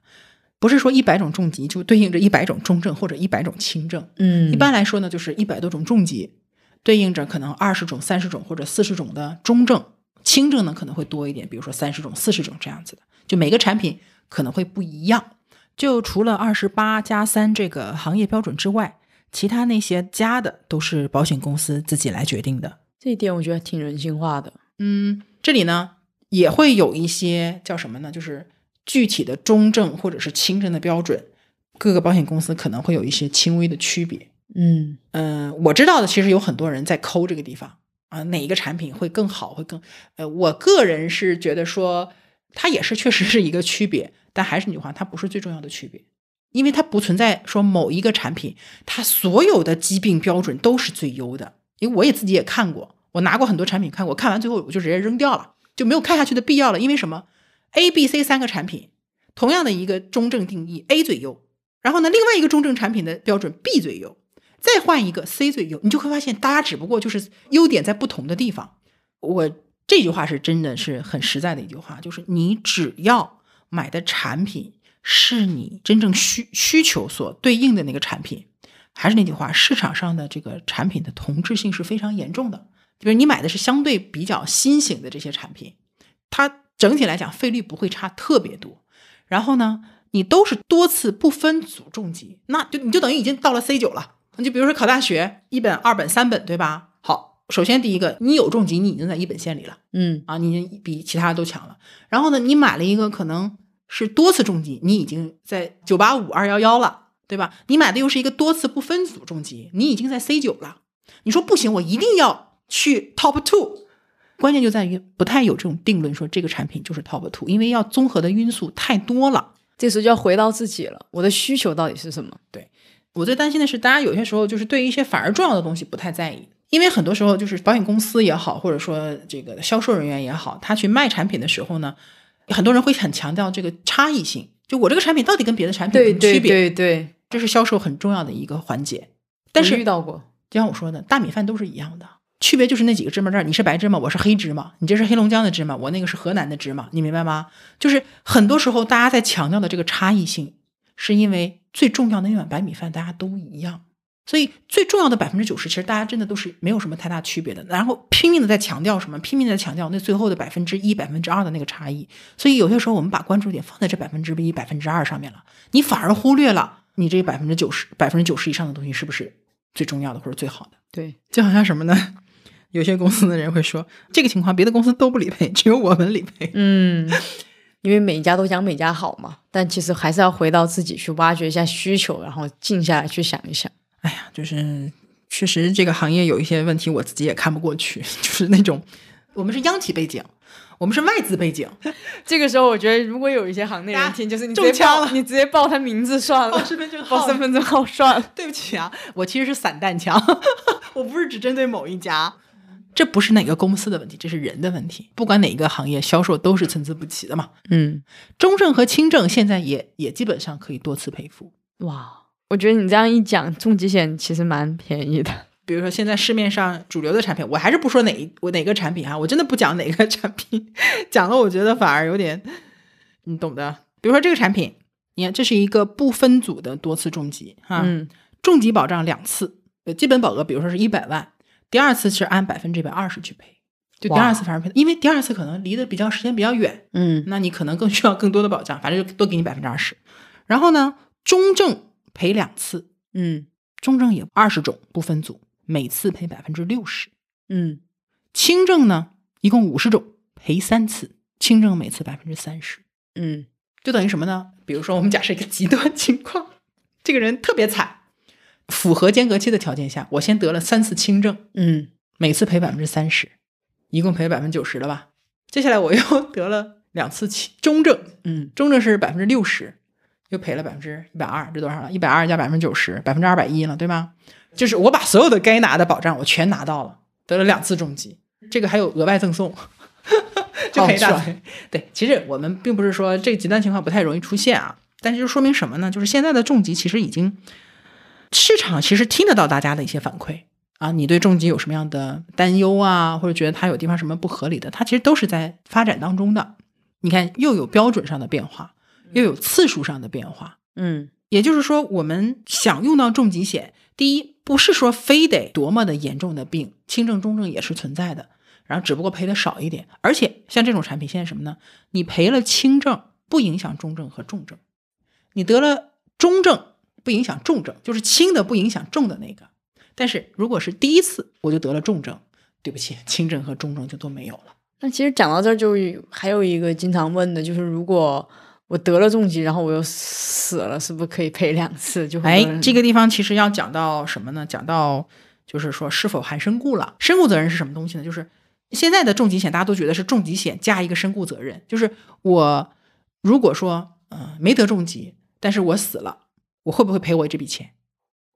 Speaker 1: 不是说一百种重疾就对应着一百种中症或者一百种轻症。
Speaker 2: 嗯
Speaker 1: 一般来说呢，就是一百多种重疾，对应着可能二十种、三十种或者四十种的中症，轻症呢可能会多一点，比如说三十种、四十种这样子的。就每个产品可能会不一样。就除了二十八加三这个行业标准之外，其他那些加的都是保险公司自己来决定的。
Speaker 2: 这一点我觉得挺人性化的，
Speaker 1: 嗯，这里呢也会有一些叫什么呢？就是具体的中症或者是轻症的标准，各个保险公司可能会有一些轻微的区别。
Speaker 2: 嗯，
Speaker 1: 嗯，我知道的，其实有很多人在抠这个地方啊，哪一个产品会更好，会更……呃，我个人是觉得说，它也是确实是一个区别，但还是那句话，它不是最重要的区别，因为它不存在说某一个产品它所有的疾病标准都是最优的，因为我也自己也看过，我拿过很多产品看过，看完最后我就直接扔掉了，就没有看下去的必要了，因为什么？A、B、C 三个产品，同样的一个中正定义，A 最优，然后呢，另外一个中正产品的标准 B 最优。再换一个 C 最优，你就会发现大家只不过就是优点在不同的地方。我这句话是真的是很实在的一句话，就是你只要买的产品是你真正需需求所对应的那个产品，还是那句话，市场上的这个产品的同质性是非常严重的。比如你买的是相对比较新型的这些产品，它整体来讲费率不会差特别多。然后呢，你都是多次不分组重疾，那就你就等于已经到了 C 九了。你就比如说考大学，一本、二本、三本，对吧？好，首先第一个，你有重疾，你已经在一本线里了
Speaker 2: 嗯
Speaker 1: 啊，你已经比其他都强了。然后呢，你买了一个可能是多次重疾，你已经在九八五、二幺幺了，对吧？你买的又是一个多次不分组重疾，你已经在 C 九了。你说不行，我一定要去 Top Two。关键就在于不太有这种定论，说这个产品就是 Top Two，因为要综合的因素太多了。
Speaker 2: 这时候就要回到自己了，我的需求到底是什么？
Speaker 1: 我最担心的是，大家有些时候就是对于一些反而重要的东西不太在意，因为很多时候就是保险公司也好，或者说这个销售人员也好，他去卖产品的时候呢，很多人会很强调这个差异性，就我这个产品到底跟别的产品有
Speaker 2: 对
Speaker 1: 什么区
Speaker 2: 对
Speaker 1: 别，
Speaker 2: 对对，
Speaker 1: 这是销售很重要的一个环节。但
Speaker 2: 我
Speaker 1: 是
Speaker 2: 遇到过，
Speaker 1: 就像我说的，大米饭都是一样的，区别就是那几个芝麻粒儿。你是白芝麻，我是黑芝麻；你这是黑龙江的芝麻，我那个是河南的芝麻。你明白吗？就是很多时候大家在强调的这个差异性，是因为最重要的那碗白米饭大家都一样，所以最重要的百分之九十，其实大家真的都是没有什么太大区别的。然后拼命的在强调什么，拼命的强调那最后的百分之一、百分之二的那个差异。所以有些时候我们把关注点放在这百分之一、百分之二上面了，你反而忽略了你这百分之九十、百分之九十以上的东西是不是最重要的或者最好的。
Speaker 2: 对，
Speaker 1: 就好像什么呢？有些公司的人会说，这个情况别的公司都不理赔，只有我们理赔。
Speaker 2: 嗯，因为每一家都讲每家好嘛，但其实还是要回到自己去挖掘一下需求，然后静下来去想一想。
Speaker 1: 哎呀，就是确实这个行业有一些问题，我自己也看不过去，就是那种我们是央企背景，我们是外资背景，
Speaker 2: 这个时候，我觉得如果有一些行内
Speaker 1: 大
Speaker 2: 人
Speaker 1: 家
Speaker 2: 听，就是你直
Speaker 1: 中
Speaker 2: 接
Speaker 1: 枪
Speaker 2: 报
Speaker 1: 了哦
Speaker 2: 你直接报他名字算了，
Speaker 1: 身份证
Speaker 2: 报身份证号算
Speaker 1: (laughs)
Speaker 2: 了。
Speaker 1: 对不起啊，我其实是散弹枪， (laughs) 我不是只针对某一家。这不是哪个公司的问题，这是人的问题。不管哪个行业，销售都是参差不齐的嘛。
Speaker 2: 嗯，
Speaker 1: 中证和轻证现在也也基本上可以多次赔付。
Speaker 2: 哇，我觉得你这样一讲，重疾险其实蛮便宜的。
Speaker 1: 比如说现在市面上主流的产品，我还是不说哪一我哪个产品啊，我真的不讲哪个产品， (laughs) 讲了我觉得反而有点，你懂的。比如说这个产品，你看这是一个不分组的多次重疾啊，
Speaker 2: 嗯
Speaker 1: 重疾保障两次，呃，基本保额比如说是一百万，第二次是按百分之一百二十去赔，就第
Speaker 2: 哇
Speaker 1: 二次反而赔，因为第二次可能离得比较时间比较远，
Speaker 2: 嗯
Speaker 1: 那你可能更 (laughs) 需要更多的保障，反正就多给你百分之二十。然后呢，中证赔两次，
Speaker 2: 嗯
Speaker 1: 中证也二十种不分组，每次赔百分之六十。
Speaker 2: 嗯，
Speaker 1: 轻症呢，一共五十种，赔三次，轻症每次百分之三十，
Speaker 2: 嗯
Speaker 1: 就等于什么呢？比如说我们假设一个极端 (laughs) 情况，这个人特别惨，符合间隔期的条件下，我先得了三次轻症，
Speaker 2: 嗯
Speaker 1: 每次赔百分之三十，一共赔百分之九十了吧？接下来我又 (laughs) 得了两次轻中症，
Speaker 2: 嗯
Speaker 1: 中症是百分之六十，又赔了百分之一百二，这多少了？一百二加百分之九十，百分之二百一了，对吗？就是我把所有的该拿的保障我全拿到了，得了两次重疾，这个还有额外赠送， (laughs) 就赔大
Speaker 2: 好
Speaker 1: 腿。对，其实我们并不是说这个极端情况不太容易出现啊，但是就说明什么呢？就是现在的重疾其实已经市场其实听得到大家的一些反馈。啊，你对重疾有什么样的担忧啊，或者觉得它有地方什么不合理的，它其实都是在发展当中的。你看，又有标准上的变化，又有次数上的变化。
Speaker 2: 嗯
Speaker 1: 也就是说，我们想用到重疾险，第一不是说非得多么的严重的病，轻症、中症也是存在的，然后只不过赔的少一点。而且像这种产品，现在什么呢？你赔了轻症，不影响中症和重症；你得了中症，不影响重症，就是轻的不影响重的那个。但是如果是第一次我就得了重症，对不起，轻症和重症就都没有了。
Speaker 2: 那其实讲到这儿，就有还有一个经常问的，就是如果我得了重疾，然后我又死了，是不是可以赔两次？就很
Speaker 1: 哎
Speaker 2: 多人，
Speaker 1: 这个地方其实要讲到什么呢？讲到就是说是否含身故了。身故责任是什么东西呢？就是现在的重疾险，大家都觉得是重疾险加一个身故责任，就是我如果说嗯、呃没得重疾，但是我死了，我会不会赔我这笔钱？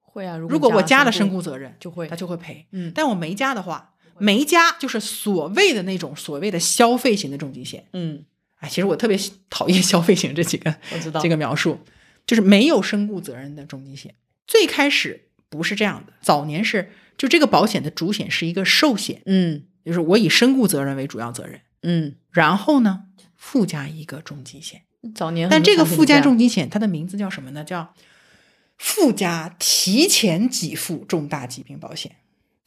Speaker 2: 会啊，
Speaker 1: 如果我嗯加
Speaker 2: 了
Speaker 1: 了身故责任，
Speaker 2: 就会
Speaker 1: 他，就会赔。
Speaker 2: 嗯，
Speaker 1: 但我没加的话，没加就是所谓的那种所谓的消费型的重疾险。
Speaker 2: 嗯，
Speaker 1: 哎，其实我特别讨厌消费型这几个
Speaker 2: 我知道
Speaker 1: 这个描述，就是没有身故责任的重疾险。最开始不是这样的，早年是就这个保险的主险是一个寿险，
Speaker 2: 嗯
Speaker 1: 就是我以身故责任为主要责任，
Speaker 2: 嗯，
Speaker 1: 然后呢附加一个重疾险，
Speaker 2: 早年
Speaker 1: 但
Speaker 2: 嗯很多
Speaker 1: 这个
Speaker 2: 产品
Speaker 1: 附加
Speaker 2: 样
Speaker 1: 重疾险它的名字叫什么呢？叫附加提前给付重大疾病保险。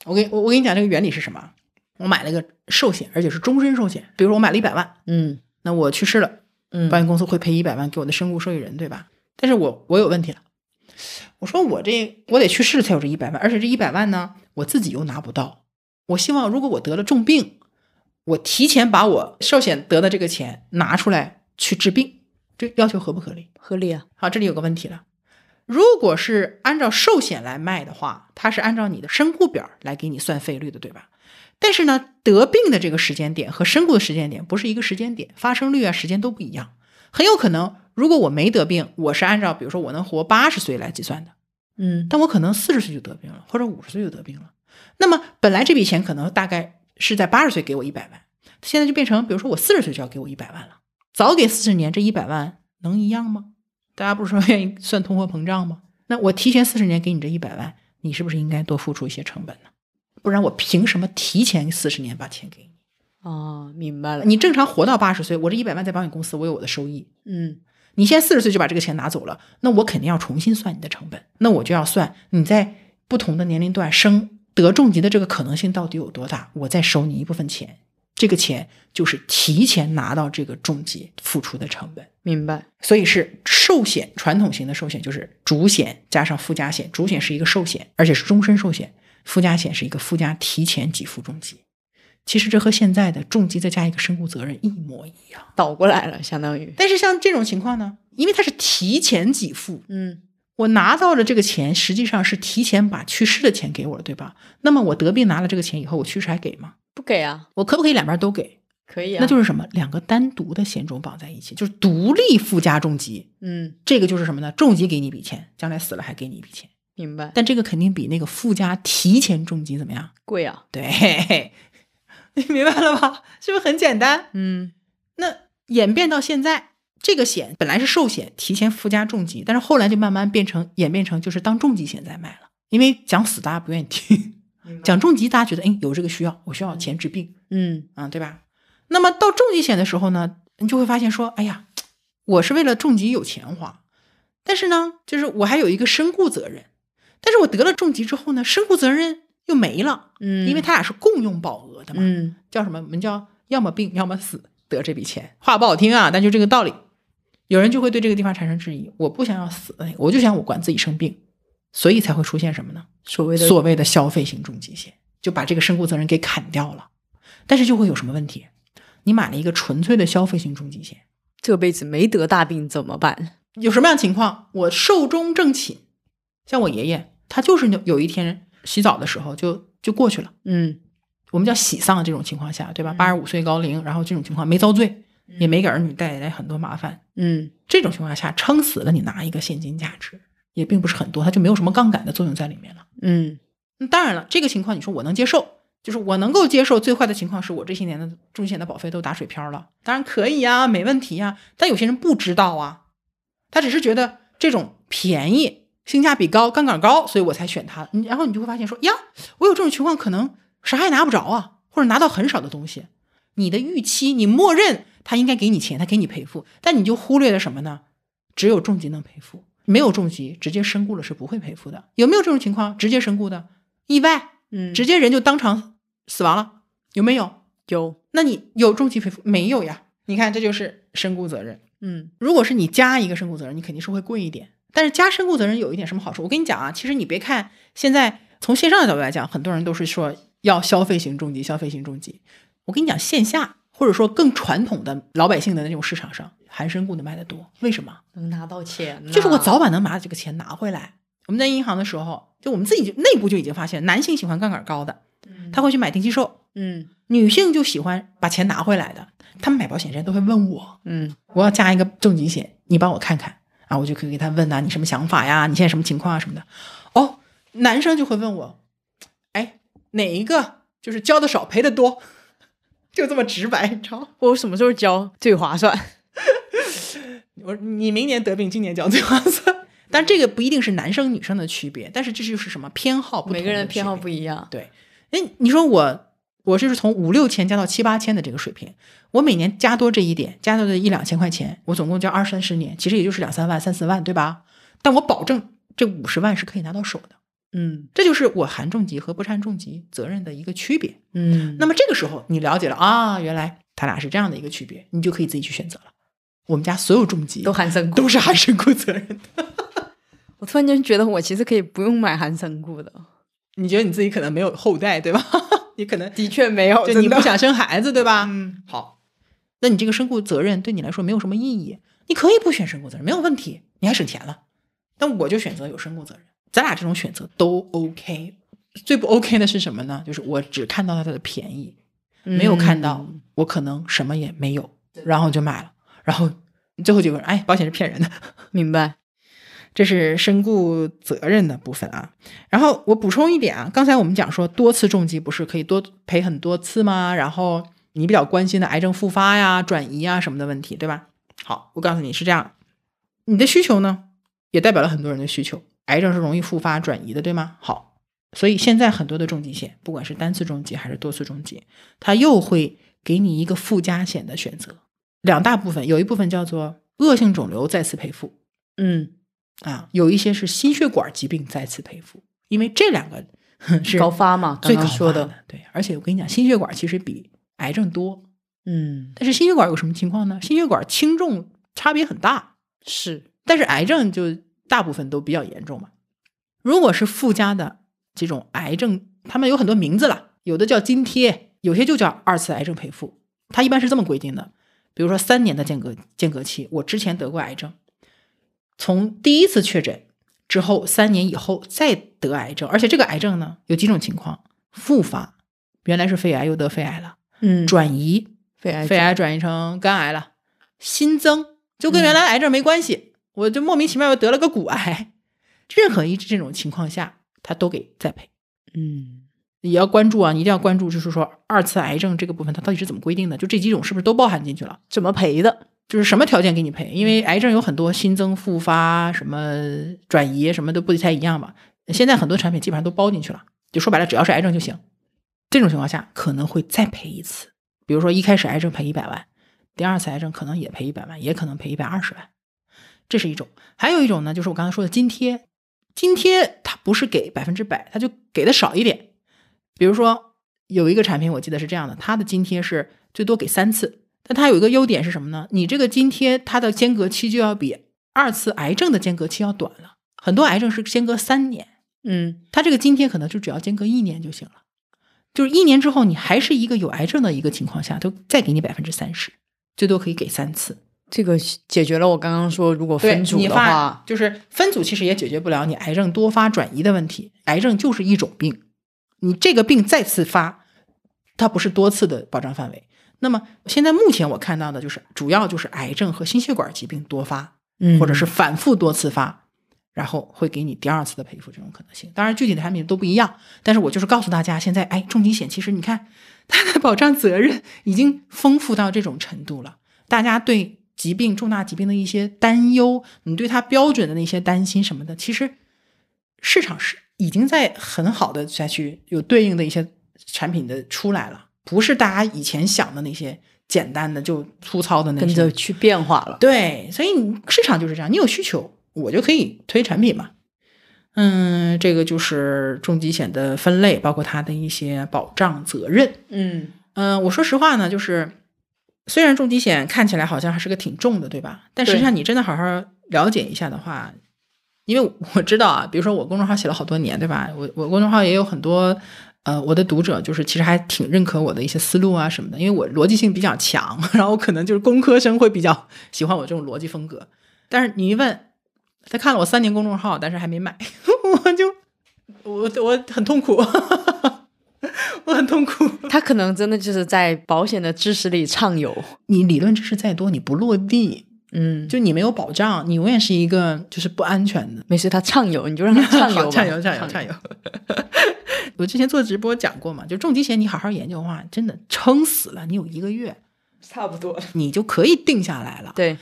Speaker 1: 我给我我跟你讲这个原理是什么啊？我买了个寿险，而且是终身寿险，比如说我买了一百万，
Speaker 2: 嗯
Speaker 1: 那我去世了。
Speaker 2: 嗯
Speaker 1: 保险公司会赔一百万给我的身故受益人，对吧？但是我我有问题了，我说我这我得去试才有这一百万，而且这一百万呢，我自己又拿不到。我希望如果我得了重病，我提前把我寿险得的这个钱拿出来去治病，这要求合不合理？
Speaker 2: 合理啊，
Speaker 1: 好，这里有个问题了。如果是按照寿险来卖的话，它是按照你的身故表来给你算费率的，对吧？但是呢，得病的这个时间点和身故的时间点不是一个时间点，发生率啊、时间都不一样。很有可能，如果我没得病，我是按照比如说我能活八十岁来计算的，
Speaker 2: 嗯
Speaker 1: 但我可能四十岁就得病了，或者五十岁就得病了。那么本来这笔钱可能大概是在八十岁给我一百万，现在就变成比如说我四十岁就要给我一百万了，早给四十年，这一百万能一样吗？大家不是说愿意算通货膨胀吗？那我提前四十年给你这一百万，你是不是应该多付出一些成本呢？不然我凭什么提前四十年把钱给你？
Speaker 2: 哦，明白了，
Speaker 1: 你正常活到八十岁，我这一百万在保险公司，我有我的收益，
Speaker 2: 嗯
Speaker 1: 你现在四十岁就把这个钱拿走了，那我肯定要重新算你的成本，那我就要算你在不同的年龄段生得重疾的这个可能性到底有多大，我再收你一部分钱，这个钱就是提前拿到这个重疾付出的成本。
Speaker 2: 明白，
Speaker 1: 所以是寿险，传统型的寿险就是主险加上附加险，主险是一个寿险，而且是终身寿险，附加险是一个附加提前给付重疾。其实这和现在的重疾再加一个身故责任一模一样。
Speaker 2: 倒过来了，相当于，
Speaker 1: 但是像这种情况呢，因为它是提前给付，
Speaker 2: 嗯
Speaker 1: 我拿到了这个钱，实际上是提前把去世的钱给我了，对吧？那么我得病拿了这个钱以后，我去世还给吗？
Speaker 2: 不给啊，
Speaker 1: 我可不可以两边都给？
Speaker 2: 可以啊，
Speaker 1: 那就是什么？两个单独的险种绑在一起，就是独立附加重疾。
Speaker 2: 嗯，
Speaker 1: 这个就是什么呢？重疾给你一笔钱，将来死了还给你一笔钱，
Speaker 2: 明白，
Speaker 1: 但这个肯定比那个附加提前重疾怎么样？
Speaker 2: 贵啊，
Speaker 1: 对， (laughs) 你明白了吧？是不是很简单？
Speaker 2: 嗯
Speaker 1: 那演变到现在，这个险本来是寿险，提前附加重疾，但是后来就慢慢变成演变成就是当重疾险在卖了。因为讲死大家不愿意听，讲重疾大家觉得哎有这个需要，我需要钱治病
Speaker 2: 嗯
Speaker 1: 啊、对吧？那么到重疾险的时候呢，你就会发现说，哎呀，我是为了重疾有钱花，但是呢，就是我还有一个身故责任，但是我得了重疾之后呢，身故责任又没了，
Speaker 2: 嗯，
Speaker 1: 因为它俩是共用保额的嘛。
Speaker 2: 嗯
Speaker 1: 叫什么？我们叫要么病，要么死，得这笔钱。话不好听啊，但就这个道理。有人就会对这个地方产生质疑：我不想要死，哎我就想我管自己生病，所以才会出现什么呢？
Speaker 2: 所谓的
Speaker 1: 所谓的消费型重疾险，就把这个身故责任给砍掉了。但是就会有什么问题？你买了一个纯粹的消费型重疾险，
Speaker 2: 这辈子没得大病怎么办？
Speaker 1: 有什么样的情况？我寿终正寝，像我爷爷，他就是有有一天洗澡的时候就就过去了。
Speaker 2: 嗯
Speaker 1: 我们叫喜丧的这种情况下，对吧？
Speaker 2: 嗯
Speaker 1: 八十五岁高龄，然后这种情况没遭罪，也没给儿女带来很多麻烦。
Speaker 2: 嗯
Speaker 1: 这种情况下，撑死了你拿一个现金价值也并不是很多，它就没有什么杠杆的作用在里面了。
Speaker 2: 嗯
Speaker 1: 那当然了，这个情况你说我能接受，就是我能够接受。最坏的情况是我这些年的重险的保费都打水漂了，当然可以啊，没问题啊。但有些人不知道啊，他只是觉得这种便宜、性价比高、杠杆高，所以我才选它。你然后你就会发现说呀，我有这种情况，可能啥也拿不着啊，或者拿到很少的东西。你的预期，你默认他应该给你钱，他给你赔付，但你就忽略了什么呢？只有重疾能赔付，没有重疾直接身故了是不会赔付的。有没有这种情况？直接身故的意外，
Speaker 2: 嗯，
Speaker 1: 直接人就当场死亡了，有没有？
Speaker 2: 有
Speaker 1: 那你有重疾赔付没有呀？你看，这就是身故责任。
Speaker 2: 嗯
Speaker 1: 如果是你加一个身故责任，你肯定是会贵一点。但是加身故责任有一点什么好处？我跟你讲啊，其实你别看现在从线上的角度来讲，很多人都是说要消费型重疾，消费型重疾。我跟你讲，线下或者说更传统的老百姓的那种市场上，含身故的卖的多。为什么？
Speaker 2: 能拿到钱呐，
Speaker 1: 就是我早晚能把这个钱拿回来。我们在银行的时候，就我们自己就内部就已经发现，男性喜欢杠杆高的，他会去买定期寿；
Speaker 2: 嗯
Speaker 1: 女性就喜欢把钱拿回来的。他们买保险之前都会问我，
Speaker 2: 嗯
Speaker 1: 我要加一个重疾险，你帮我看看啊，我就可以给他问呐、你什么想法呀？你现在什么情况啊什么的。哦，男生就会问我，哎，哪一个就是交的少赔的多？ (laughs) 就这么直白，你知道吗？
Speaker 2: 我什么时候交最划算？
Speaker 1: 我说你明年得病，今年交最划算。 (laughs) 但这个不一定是男生女生的区别，但是这就是什么偏好不同
Speaker 2: 每个人
Speaker 1: 的
Speaker 2: 偏好
Speaker 1: 区别
Speaker 2: 不一样，
Speaker 1: 对，哎，你说我，我就是从五六千加到七八千的这个水平，我每年加多这一点，加多这一两千块钱，我总共交二三十年，其实也就是两三万、三四万，对吧？但我保证这五十万是可以拿到手的，
Speaker 2: 嗯
Speaker 1: 这就是我含重疾和不含重疾责任的一个区别。
Speaker 2: 嗯，
Speaker 1: 那么这个时候你了解了啊，原来他俩是这样的一个区别，你就可以自己去选择了。我们家所有重疾
Speaker 2: 都含身故
Speaker 1: 都是含身故责任的。
Speaker 2: 我突然间觉得我其实可以不用买含生固的，
Speaker 1: 你觉得你自己可能没有后代，对吧？ (laughs) 你可能
Speaker 2: 的确没有，
Speaker 1: 就你
Speaker 2: 哦真的
Speaker 1: 不想生孩子，对吧？
Speaker 2: 嗯，
Speaker 1: 好，那你这个身故责任对你来说没有什么意义，你可以不选身故责任，没有问题，你还省钱了。但我就选择有身故责任，咱俩这种选择都 OK。最不 OK 的是什么呢？就是我只看到它的便宜，没有看到
Speaker 2: 嗯
Speaker 1: 我可能什么也没有，然后就买了，然后最后结果哎，保险是骗人的。
Speaker 2: 明白。
Speaker 1: 这是身故责任的部分啊。然后我补充一点啊，刚才我们讲说多次重疾不是可以多赔很多次吗？然后你比较关心的癌症复发呀、转移啊什么的问题，对吧？好，我告诉你是这样，你的需求呢也代表了很多人的需求。癌症是容易复发转移的，对吗？好，所以现在很多的重疾险，不管是单次重疾还是多次重疾，它又会给你一个附加险的选择，两大部分，有一部分叫做恶性肿瘤再次赔付，
Speaker 2: 嗯，
Speaker 1: 啊，有一些是心血管疾病再次赔付，因为这
Speaker 2: (laughs)
Speaker 1: 两个哼是
Speaker 2: 高发嘛，
Speaker 1: 最
Speaker 2: 刚
Speaker 1: 高
Speaker 2: 刚说
Speaker 1: 发的。对，而且我跟你讲，心血管其实比癌症多，
Speaker 2: 嗯，
Speaker 1: 但是心血管有什么情况呢？心血管轻重差别很大，
Speaker 2: 是，
Speaker 1: 但是癌症就大部分都比较严重嘛。如果是附加的这种癌症，他们有很多名字了，有的叫津贴，有些就叫二次癌症赔付。它一般是这么规定的，比如说三年的间隔间隔期，我之前得过癌症，从第一次确诊之后三年以后再得癌症，而且这个癌症呢有几种情况：复发，原来是肺癌又得肺癌了；
Speaker 2: 嗯，
Speaker 1: 转移，
Speaker 2: 肺癌，
Speaker 1: 肺，癌转移成肝癌了，新增就跟原来癌症没关系，我就莫名其妙又得了个骨癌。任何一这种情况下，他都给再赔。
Speaker 2: 嗯，
Speaker 1: 也要关注啊，你一定要关注，就是说二次癌症这个部分它到底是怎么规定的？就这几种是不是都包含进去了？
Speaker 2: 怎么赔的？
Speaker 1: 就是什么条件给你赔？因为癌症有很多新增、复发、什么转移什么都不太一样嘛。现在很多产品基本上都包进去了，就说白了，只要是癌症就行。这种情况下可能会再赔一次，比如说一开始癌症赔一百万，第二次癌症可能也赔一百万，也可能赔一百二十万，这是一种。还有一种呢，就是我刚才说的津贴，津贴它不是给百分之百，它就给的少一点。比如说有一个产品，我记得是这样的，它的津贴是最多给三次，但它有一个优点是什么呢？你这个津贴它的间隔期就要比二次癌症的间隔期要短了，很多癌症是间隔三年，
Speaker 2: 嗯，
Speaker 1: 它这个津贴可能就只要间隔一年就行了，就是一年之后你还是一个有癌症的一个情况下，都再给你百分之三十，最多可以给三次。
Speaker 2: 这个解决了我刚刚说如果
Speaker 1: 对
Speaker 2: 分组
Speaker 1: 你
Speaker 2: 的
Speaker 1: 发
Speaker 2: 话，
Speaker 1: 就是分组，其实也解决不了你癌症多发转移的问题。癌症就是一种病，你这个病再次发，它不是多次的保障范围。那么现在目前我看到的就是，主要就是癌症和心血管疾病多发，
Speaker 2: 嗯
Speaker 1: 或者是反复多次发，然后会给你第二次的赔付这种可能性。当然，具体的产品都不一样，但是我就是告诉大家，现在哎，重疾险其实你看它的保障责任已经丰富到这种程度了，大家对疾病、重大疾病的一些担忧，你对它标准的那些担心什么的，其实市场是已经在很好的再去有对应的一些产品的出来了，不是大家以前想的那些简单的就粗糙的那些
Speaker 2: 跟着去变化了。
Speaker 1: 对，所以你市场就是这样，你有需求，我就可以推产品嘛。嗯，这个就是重疾险的分类，包括它的一些保障责任。
Speaker 2: 嗯
Speaker 1: 嗯，我说实话呢，就是虽然重疾险看起来好像还是个挺重的，对吧？但实际上你真的好好了解一下的话，因为我知道啊，比如说我公众号写了好多年，对吧？我我公众号也有很多呃我的读者，就是其实还挺认可我的一些思路啊什么的，因为我逻辑性比较强， (laughs) 然后可能就是工科生会比较喜欢我这种逻辑风格。但是你一问，他看了我三年公众号，但是还没买， (laughs) 我就我我很痛苦， (laughs) 我很痛苦。
Speaker 2: 他可能真的就是在保险的知识里畅游。
Speaker 1: 你理论知识再多，你不落地，
Speaker 2: 嗯，
Speaker 1: 就你没有保障，你永远是一个就是不安全的。
Speaker 2: 没事，他畅游，你就让他畅
Speaker 1: (laughs)
Speaker 2: 游吧，
Speaker 1: 畅游，畅
Speaker 2: (laughs)
Speaker 1: 游，畅游。我之前做直播讲过嘛，就重疾险，你好好研究的话，真的撑死了，你有一个月，
Speaker 2: 差不多了。
Speaker 1: 你就可以定下来了。
Speaker 2: 对，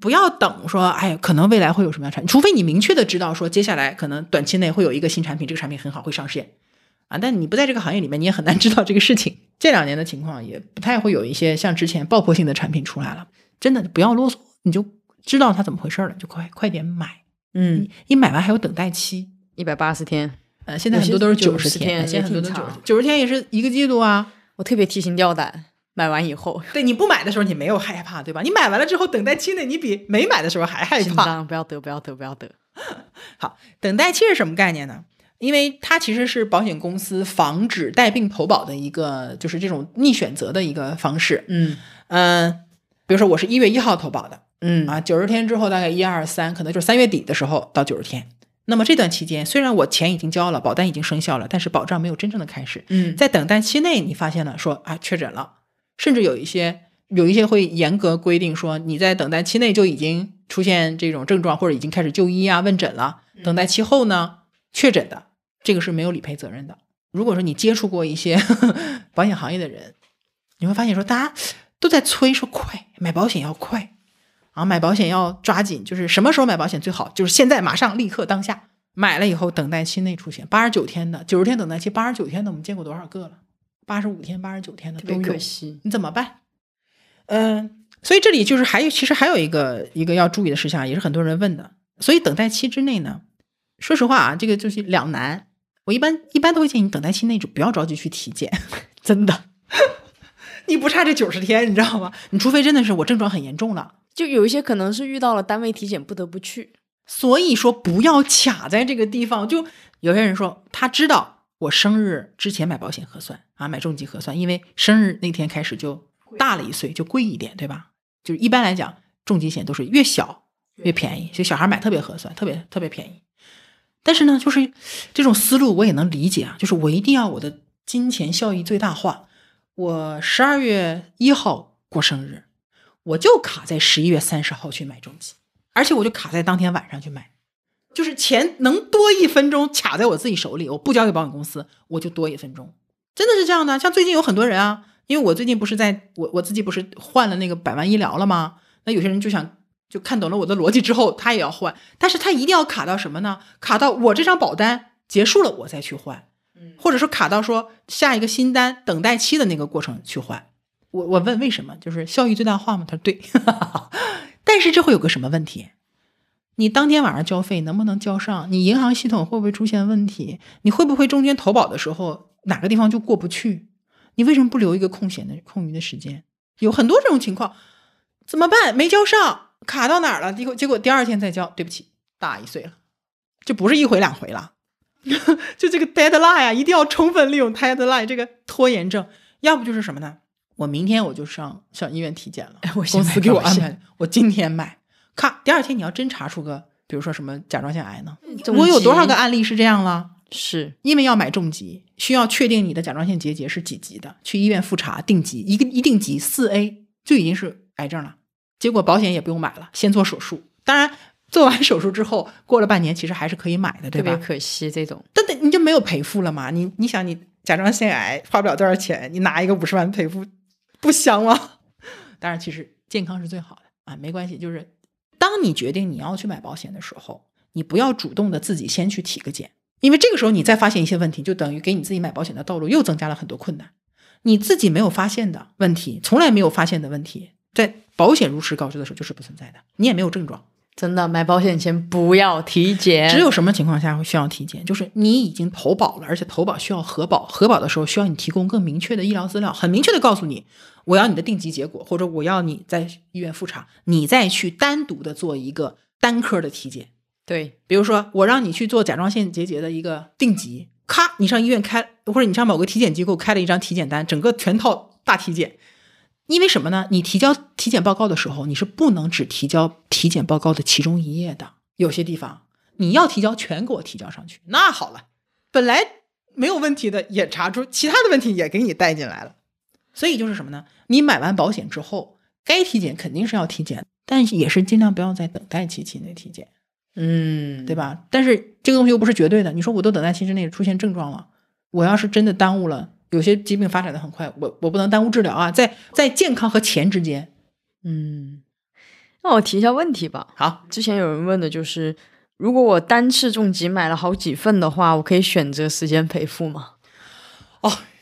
Speaker 1: 不要等说，哎，可能未来会有什么样的产品，除非你明确的知道说，接下来可能短期内会有一个新产品，这个产品很好，会上线啊。但你不在这个行业里面，你也很难知道这个事情。这两年的情况也不太会有一些像之前爆破性的产品出来了，真的不要啰嗦，你就知道它怎么回事了，就快快点买。
Speaker 2: 嗯
Speaker 1: 你，你买完还有等待期，
Speaker 2: 一百八十天，
Speaker 1: 呃，现在很多都是
Speaker 2: 有
Speaker 1: 九
Speaker 2: 些
Speaker 1: 十
Speaker 2: 90
Speaker 1: 天，呃
Speaker 2: 天
Speaker 1: 现在很多都
Speaker 2: 也
Speaker 1: 九
Speaker 2: 挺
Speaker 1: 十
Speaker 2: 长
Speaker 1: 九十天也是一个季度啊。
Speaker 2: 我特别提心吊胆，买完以 (laughs) 后
Speaker 1: 对你不买的时候你没有害怕，对吧？你买完了之后等待期内你比没买的时候还害
Speaker 2: 紧
Speaker 1: 怕。
Speaker 2: 张，不要得，不要得，不要得。
Speaker 1: 好，等待期是什么概念呢？因为它其实是保险公司防止带病投保的一个，就是这种逆选择的一个方式。
Speaker 2: 嗯
Speaker 1: 嗯、比如说我是一月一号投保的
Speaker 2: 嗯
Speaker 1: 啊，九十天之后大概一二三，可能就是三月底的时候到九十天。那么这段期间，虽然我钱已经交了，保单已经生效了，但是保障没有真正的开始。
Speaker 2: 嗯
Speaker 1: 在等待期内，你发现了说啊确诊了，甚至有一些有一些会严格规定说你在等待期内就已经出现这种症状或者已经开始就医啊问诊了，等待期后呢确诊的这个是没有理赔责任的。如果说你接触过一些 (laughs) 保险行业的人，你会发现说大家都在催说快买保险要快啊，买保险要抓紧，就是什么时候买保险最好，就是现在马上立刻当下。买了以后等待期内出现八十九天的、九十天等待期、八十九天的，我们见过多少个了？八十五天、八十九天的
Speaker 2: 特
Speaker 1: 都
Speaker 2: 别
Speaker 1: 有
Speaker 2: 可，惜。
Speaker 1: 你怎么办？嗯，所以这里就是还有，其实还有一个一个要注意的事项，也是很多人问的。所以等待期之内呢，说实话啊，这个就是两难。我一般一般都会建议你等待期内就不要着急去体检， (laughs) 真的，你不差这九十天，你知道吗？你除非真的是我症状很严重了，
Speaker 2: 就有一些可能是遇到了单位体检不得不去，
Speaker 1: 所以说不要卡在这个地方。就有些人说他知道我生日之前买保险合算啊，买重疾合算，因为生日那天开始就大了一岁，就贵一点，对吧？就是一般来讲，重疾险都是越小越便宜，所以小孩买特别合算，特别特别便宜。但是呢，就是这种思路我也能理解啊，就是我一定要我的金钱效益最大化。我十二月一号过生日，我就卡在十一月三十号去买重疾，而且我就卡在当天晚上去买，就是钱能多一分钟卡在我自己手里，我不交给保险公司，我就多一分钟，真的是这样的。像最近有很多人啊，因为我最近不是在我我自己不是换了那个百万医疗了吗？那有些人就想就看懂了我的逻辑之后，他也要换，但是他一定要卡到什么呢？卡到我这张保单结束了，我再去换。或者说卡到说下一个新单等待期的那个过程去换。我我问为什么，就是效益最大化吗？他说对， (laughs) 但是这会有个什么问题？你当天晚上交费能不能交上？你银行系统会不会出现问题？你会不会中间投保的时候哪个地方就过不去？你为什么不留一个空闲的空余的时间？有很多这种情况，怎么办？没交上，卡到哪儿了？结果结果第二天再交，对不起，大一岁了，这不是一回两回了。 (laughs) 就这个 deadline 啊，一定要充分利用 deadline 这个拖延症。要不就是什么呢？我明天我就上上医院体检了，
Speaker 2: 哎 (laughs) 我
Speaker 1: 公司给我安排
Speaker 2: 现
Speaker 1: 的，我今天买，咔，第二天你要真查出个，比如说什么甲状腺癌呢？
Speaker 2: 在
Speaker 1: 我有多少个案例是这样了？
Speaker 2: (laughs) 是
Speaker 1: 因为要买重疾，需要确定你的甲状腺结节是几级的，去医院复查定级，一个一定级四 A 就已经是癌症了。结果保险也不用买了，先做手术。当然，做完手术之后，过了半年其实还是可以买的，对
Speaker 2: 特别
Speaker 1: 吧？
Speaker 2: 可惜这种？
Speaker 1: 但但你就没有赔付了嘛？你你想，你甲状腺癌花不了多少钱，你拿一个五十万赔付，不香吗？ (laughs) 当然，其实健康是最好的啊，没关系。就是当你决定你要去买保险的时候，你不要主动的自己先去体个检，因为这个时候你再发现一些问题，就等于给你自己买保险的道路又增加了很多困难。你自己没有发现的问题，从来没有发现的问题，在保险如实告知的时候就是不存在的，你也没有症状。
Speaker 2: 真的买保险前不要体检，
Speaker 1: 只有什么情况下会需要体检？就是你已经投保了，而且投保需要核保，核保的时候需要你提供更明确的医疗资料，很明确的告诉你，我要你的定级结果，或者我要你在医院复查，你再去单独的做一个单科的体检。
Speaker 2: 对
Speaker 1: 比如说，我让你去做甲状腺结节的一个定级，咔，你上医院开，或者你上某个体检机构开了一张体检单，整个全套大体检。因为什么呢？你提交体检报告的时候，你是不能只提交体检报告的其中一页的。有些地方你要提交全给我提交上去。那好了，本来没有问题的也查出，其他的问题也给你带进来了。所以就是什么呢？你买完保险之后，该体检肯定是要体检，但也是尽量不要在等待期期内体检。
Speaker 2: 嗯
Speaker 1: 对吧？但是这个东西又不是绝对的。你说我都等待期之内出现症状了，我要是真的耽误了，有些疾病发展的很快，我我不能耽误治疗啊。在在健康和钱之间，
Speaker 2: 嗯，那我提一下问题吧。
Speaker 1: 好，
Speaker 2: 之前有人问的就是，如果我单次重疾买了好几份的话，我可以选择时间赔付吗？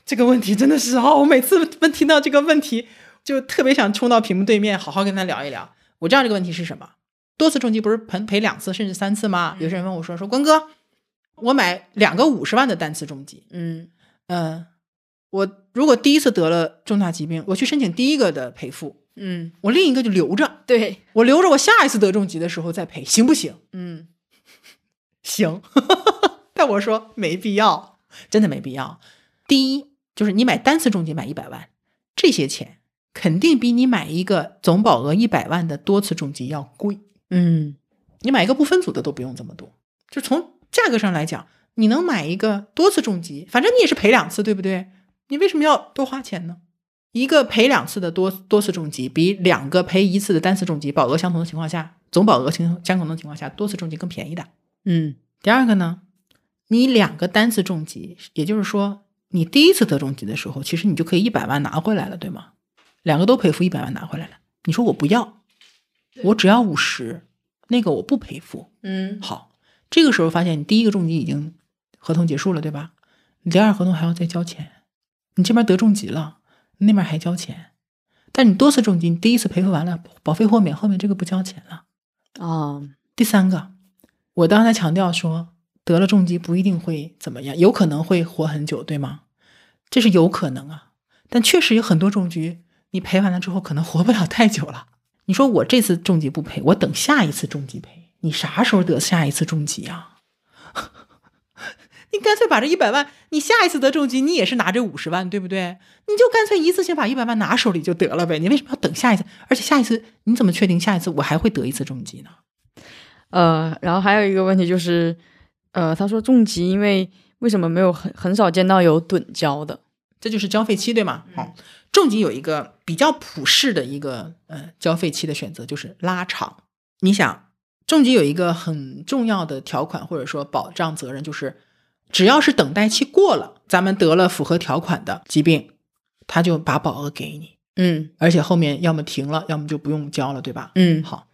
Speaker 1: 这个问题真的是哦，我每次问听到这个问题，就特别想冲到屏幕对面，好好跟他聊一聊。我知道这个问题是什么，多次重疾不是赔赔两次甚至三次吗？有些人问我说说关哥，我买两个五十万的单次重疾，
Speaker 2: 嗯
Speaker 1: 嗯，我如果第一次得了重大疾病，我去申请第一个的赔付，
Speaker 2: 嗯，
Speaker 1: 我另一个就留着，
Speaker 2: 对，
Speaker 1: 我留着我下一次得重疾的时候再赔，行不行？
Speaker 2: 嗯，
Speaker 1: 行， (laughs) 但我说没必要，真的没必要。第一就是你买单次重疾买一百万，这些钱肯定比你买一个总保额一百万的多次重疾要贵。
Speaker 2: 嗯
Speaker 1: 你买一个不分组的都不用这么多，就从价格上来讲，你能买一个多次重疾，反正你也是赔两次，对不对？你为什么要多花钱呢？一个赔两次的多多次重疾，比两个赔一次的单次重疾，保额相同的情况下，总保额情相同的情况下，多次重疾更便宜的。
Speaker 2: 嗯
Speaker 1: 第二个呢，你两个单次重疾，也就是说，你第一次得重疾的时候，其实你就可以一百万拿回来了，对吗？两个都赔付一百万拿回来了，你说我不要，我只要五十，那个我不赔付。
Speaker 2: 嗯
Speaker 1: 好，这个时候发现你第一个重疾已经合同结束了，对吧？你第二合同还要再交钱，你这边得重疾了，那边还交钱，但你多次重疾，你第一次赔付完了，保费豁免，后面这个不交钱了。
Speaker 2: 啊
Speaker 1: 第三个，我刚才强调说，得了重疾不一定会怎么样，有可能会活很久，对吗？这是有可能啊，但确实有很多重疾，你赔完了之后可能活不了太久了。你说我这次重疾不赔，我等下一次重疾赔，你啥时候得下一次重疾啊？ (laughs) 你干脆把这一百万，你下一次得重疾，你也是拿这五十万，对不对？你就干脆一次性把一百万拿手里就得了呗，你为什么要等下一次？而且下一次你怎么确定下一次我还会得一次重疾呢？
Speaker 2: 呃，然后还有一个问题就是，呃，他说重疾因为为什么没有很很少见到有趸交的？
Speaker 1: 这就是交费期，对吗？好、重疾有一个比较普适的一个呃交费期的选择，就是拉长。你想，重疾有一个很重要的条款或者说保障责任，就是只要是等待期过了，咱们得了符合条款的疾病，他就把保额给你，
Speaker 2: 嗯
Speaker 1: 而且后面要么停了，要么就不用交了，对吧？
Speaker 2: 嗯
Speaker 1: 好，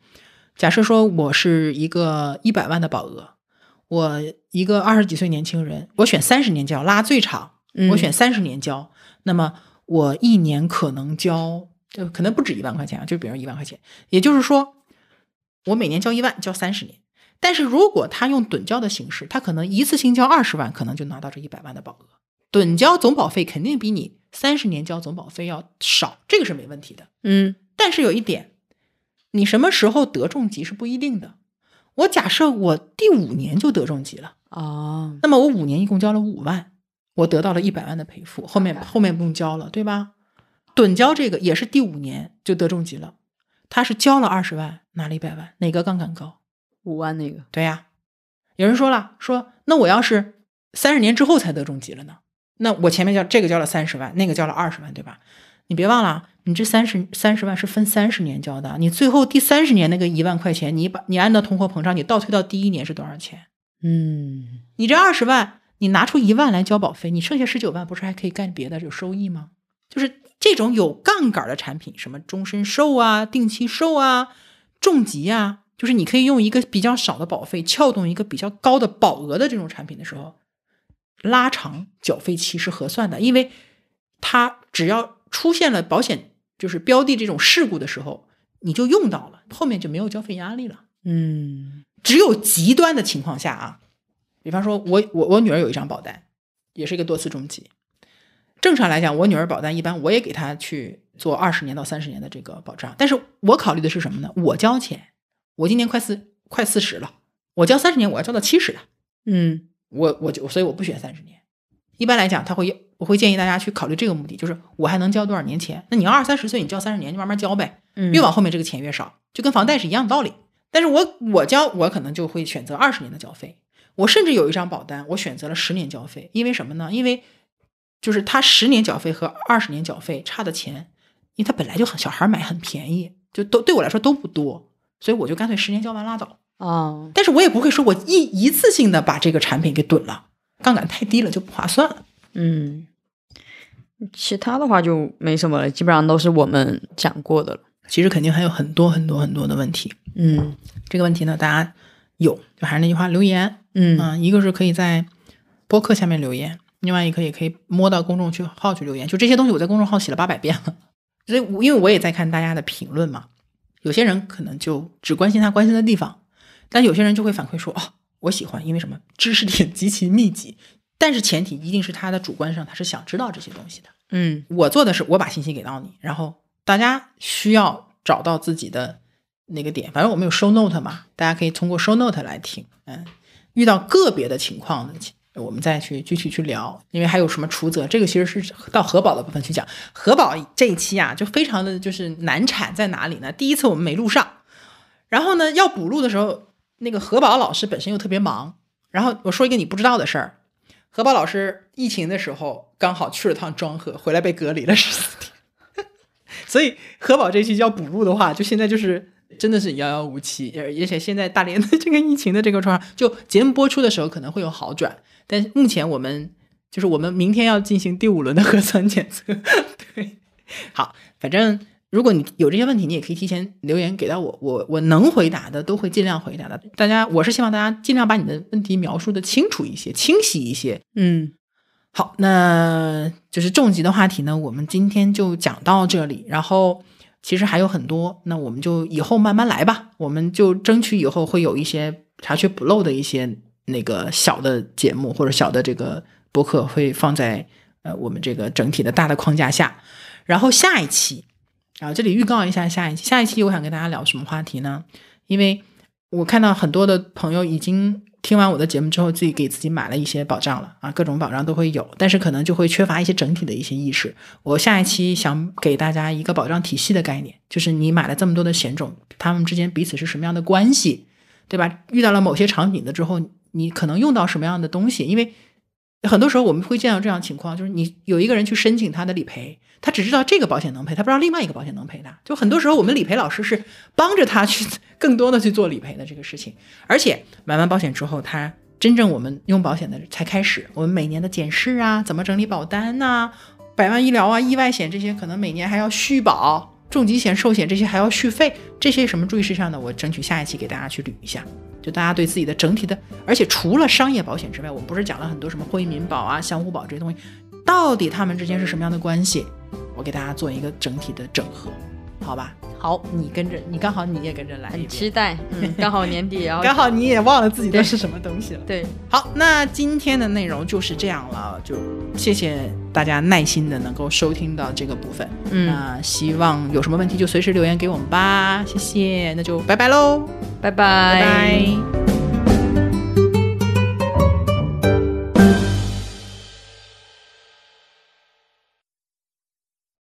Speaker 1: 假设说我是一个一百万的保额，我一个二十几岁年轻人，我选三十年交，拉最长。
Speaker 2: 嗯
Speaker 1: 我选三十年交，那么我一年可能交，呃，可能不止一万块钱啊，就比如一万块钱，也就是说，我每年交一万，交三十年。但是如果他用趸交的形式，他可能一次性交二十万，可能就拿到这一百万的保额。趸交总保费肯定比你三十年交总保费要少，这个是没问题的。
Speaker 2: 嗯
Speaker 1: 但是有一点，你什么时候得重疾是不一定的。我假设我第五年就得重疾了。
Speaker 2: 啊
Speaker 1: 那么我五年一共交了五万，我得到了一百万的赔付，后面后面不用交了，对吧？趸交这个也是第五年就得重疾了，他是交了二十万，拿了一百万，哪个杠杆高？
Speaker 2: 五万那个
Speaker 1: 对呀、有人说了，说那我要是三十年之后才得重疾了呢？那我前面交这个交了三十万，那个交了二十万，对吧？你别忘了，你这三十三十万是分三十年交的，你最后第三十年那个一万块钱，你把你按照通货膨胀，你倒推到第一年是多少钱？
Speaker 2: 嗯
Speaker 1: 你这二十万，你拿出一万来交保费，你剩下十九万不是还可以干别的有收益吗？就是这种有杠杆的产品，什么终身寿啊、定期寿啊、重疾啊，就是你可以用一个比较少的保费撬动一个比较高的保额的这种产品的时候，拉长缴费期是合算的，因为它只要出现了保险就是标的这种事故的时候，你就用到了，后面就没有交费压力了。
Speaker 2: 嗯
Speaker 1: 只有极端的情况下啊，比方说我我我女儿有一张保单，也是一个多次重疾。正常来讲，我女儿保单一般我也给她去做二十年到三十年的这个保障，但是我考虑的是什么呢？我交钱，我今年快四快四十了，我交三十年，我要交到七十的，
Speaker 2: 嗯
Speaker 1: 我我就所以我不选三十年。一般来讲，他会我会建议大家去考虑这个目的，就是我还能交多少年钱？那你要二三十岁，你交三十年就慢慢交呗，
Speaker 2: 嗯
Speaker 1: 越往后面这个钱越少，就跟房贷是一样的道理。但是我我交我可能就会选择二十年的交费，我甚至有一张保单，我选择了十年交费，因为什么呢？因为就是他十年缴费和二十年缴费差的钱，因为他本来就很小孩买很便宜，就都对我来说都不多，所以我就干脆十年交完拉倒。
Speaker 2: 啊
Speaker 1: 但是我也不会说我一一次性的把这个产品给囤了，杠杆太低了就不划算了。
Speaker 2: 嗯，其他的话就没什么了，基本上都是我们讲过的了。
Speaker 1: 其实肯定还有很多很多很多的问题，
Speaker 2: 嗯
Speaker 1: 这个问题呢，大家有就还是那句话，留言
Speaker 2: 嗯
Speaker 1: 嗯、一个是可以在播客下面留言，另外一个也可以摸到公众去号去留言。就这些东西，我在公众号写了八百遍了，所以我因为我也在看大家的评论嘛，有些人可能就只关心他关心的地方，但有些人就会反馈说，哦，我喜欢，因为什么？知识点极其密集，但是前提一定是他的主观上他是想知道这些东西的。
Speaker 2: 嗯
Speaker 1: 我做的是我把信息给到你，然后大家需要找到自己的那个点。反正我们有 show note 嘛，大家可以通过 show note 来听。嗯，遇到个别的情况呢，我们再去具体去聊，因为还有什么除责，这个其实是到核保的部分去讲。核保这一期啊，就非常的就是难产在哪里呢？第一次我们没录上，然后呢要补录的时候，那个核保老师本身又特别忙。然后我说一个你不知道的事儿，核保老师疫情的时候刚好去了趟庄河，回来被隔离了十四天。 (laughs) 所以核保这期要补录的话，就现在就是真的是遥遥无期，而而且现在大连的这个疫情的这个状况，就节目播出的时候可能会有好转，但目前我们就是我们明天要进行第五轮的核酸检测。 (laughs) 对，好，反正如果你有这些问题，你也可以提前留言给到我，我我能回答的都会尽量回答的。大家，我是希望大家尽量把你的问题描述的清楚一些、清晰一些，
Speaker 2: 嗯，
Speaker 1: 好，那就是重疾的话题呢，我们今天就讲到这里。然后其实还有很多，那我们就以后慢慢来吧。我们就争取以后会有一些查缺补漏的一些那个小的节目或者小的这个博客会放在呃我们这个整体的大的框架下。然后下一期啊，这里预告一下下一期，下一期我想跟大家聊什么话题呢？因为我看到很多的朋友已经听完我的节目之后，自己给自己买了一些保障了啊，各种保障都会有，但是可能就会缺乏一些整体的一些意识。我下一期想给大家一个保障体系的概念，就是你买了这么多的险种，它们之间彼此是什么样的关系，对吧？遇到了某些场景的之后，你可能用到什么样的东西？因为很多时候我们会见到这样的情况，就是你有一个人去申请他的理赔，他只知道这个保险能赔，他不知道另外一个保险能赔他。就很多时候我们理赔老师是帮着他去 (laughs) 更多的去做理赔的这个事情，而且买完保险之后，他真正我们用保险的才开始，我们每年的检视啊，怎么整理保单呐、百万医疗啊、意外险这些，可能每年还要续保，重疾险、寿险这些还要续费，这些什么注意事项呢？我争取下一期给大家去捋一下。就大家对自己的整体的，而且除了商业保险之外，我们不是讲了很多什么婚姻民保啊、相互保这些东西，到底他们之间是什么样的关系？我给大家做一个整体的整合，好吧？好，你跟着，你刚好你也跟着来一
Speaker 2: 很
Speaker 1: 遍，
Speaker 2: 期待，嗯， (laughs) 刚好年底也要
Speaker 1: 刚好你也忘了自己的是什么东西了。
Speaker 2: 对，
Speaker 1: 好，那今天的内容就是这样了，就谢谢大家耐心的能够收听到这个部分。
Speaker 2: 嗯，
Speaker 1: 那希望有什么问题就随时留言给我们吧，谢谢，那就拜拜喽，
Speaker 2: 拜
Speaker 1: 拜拜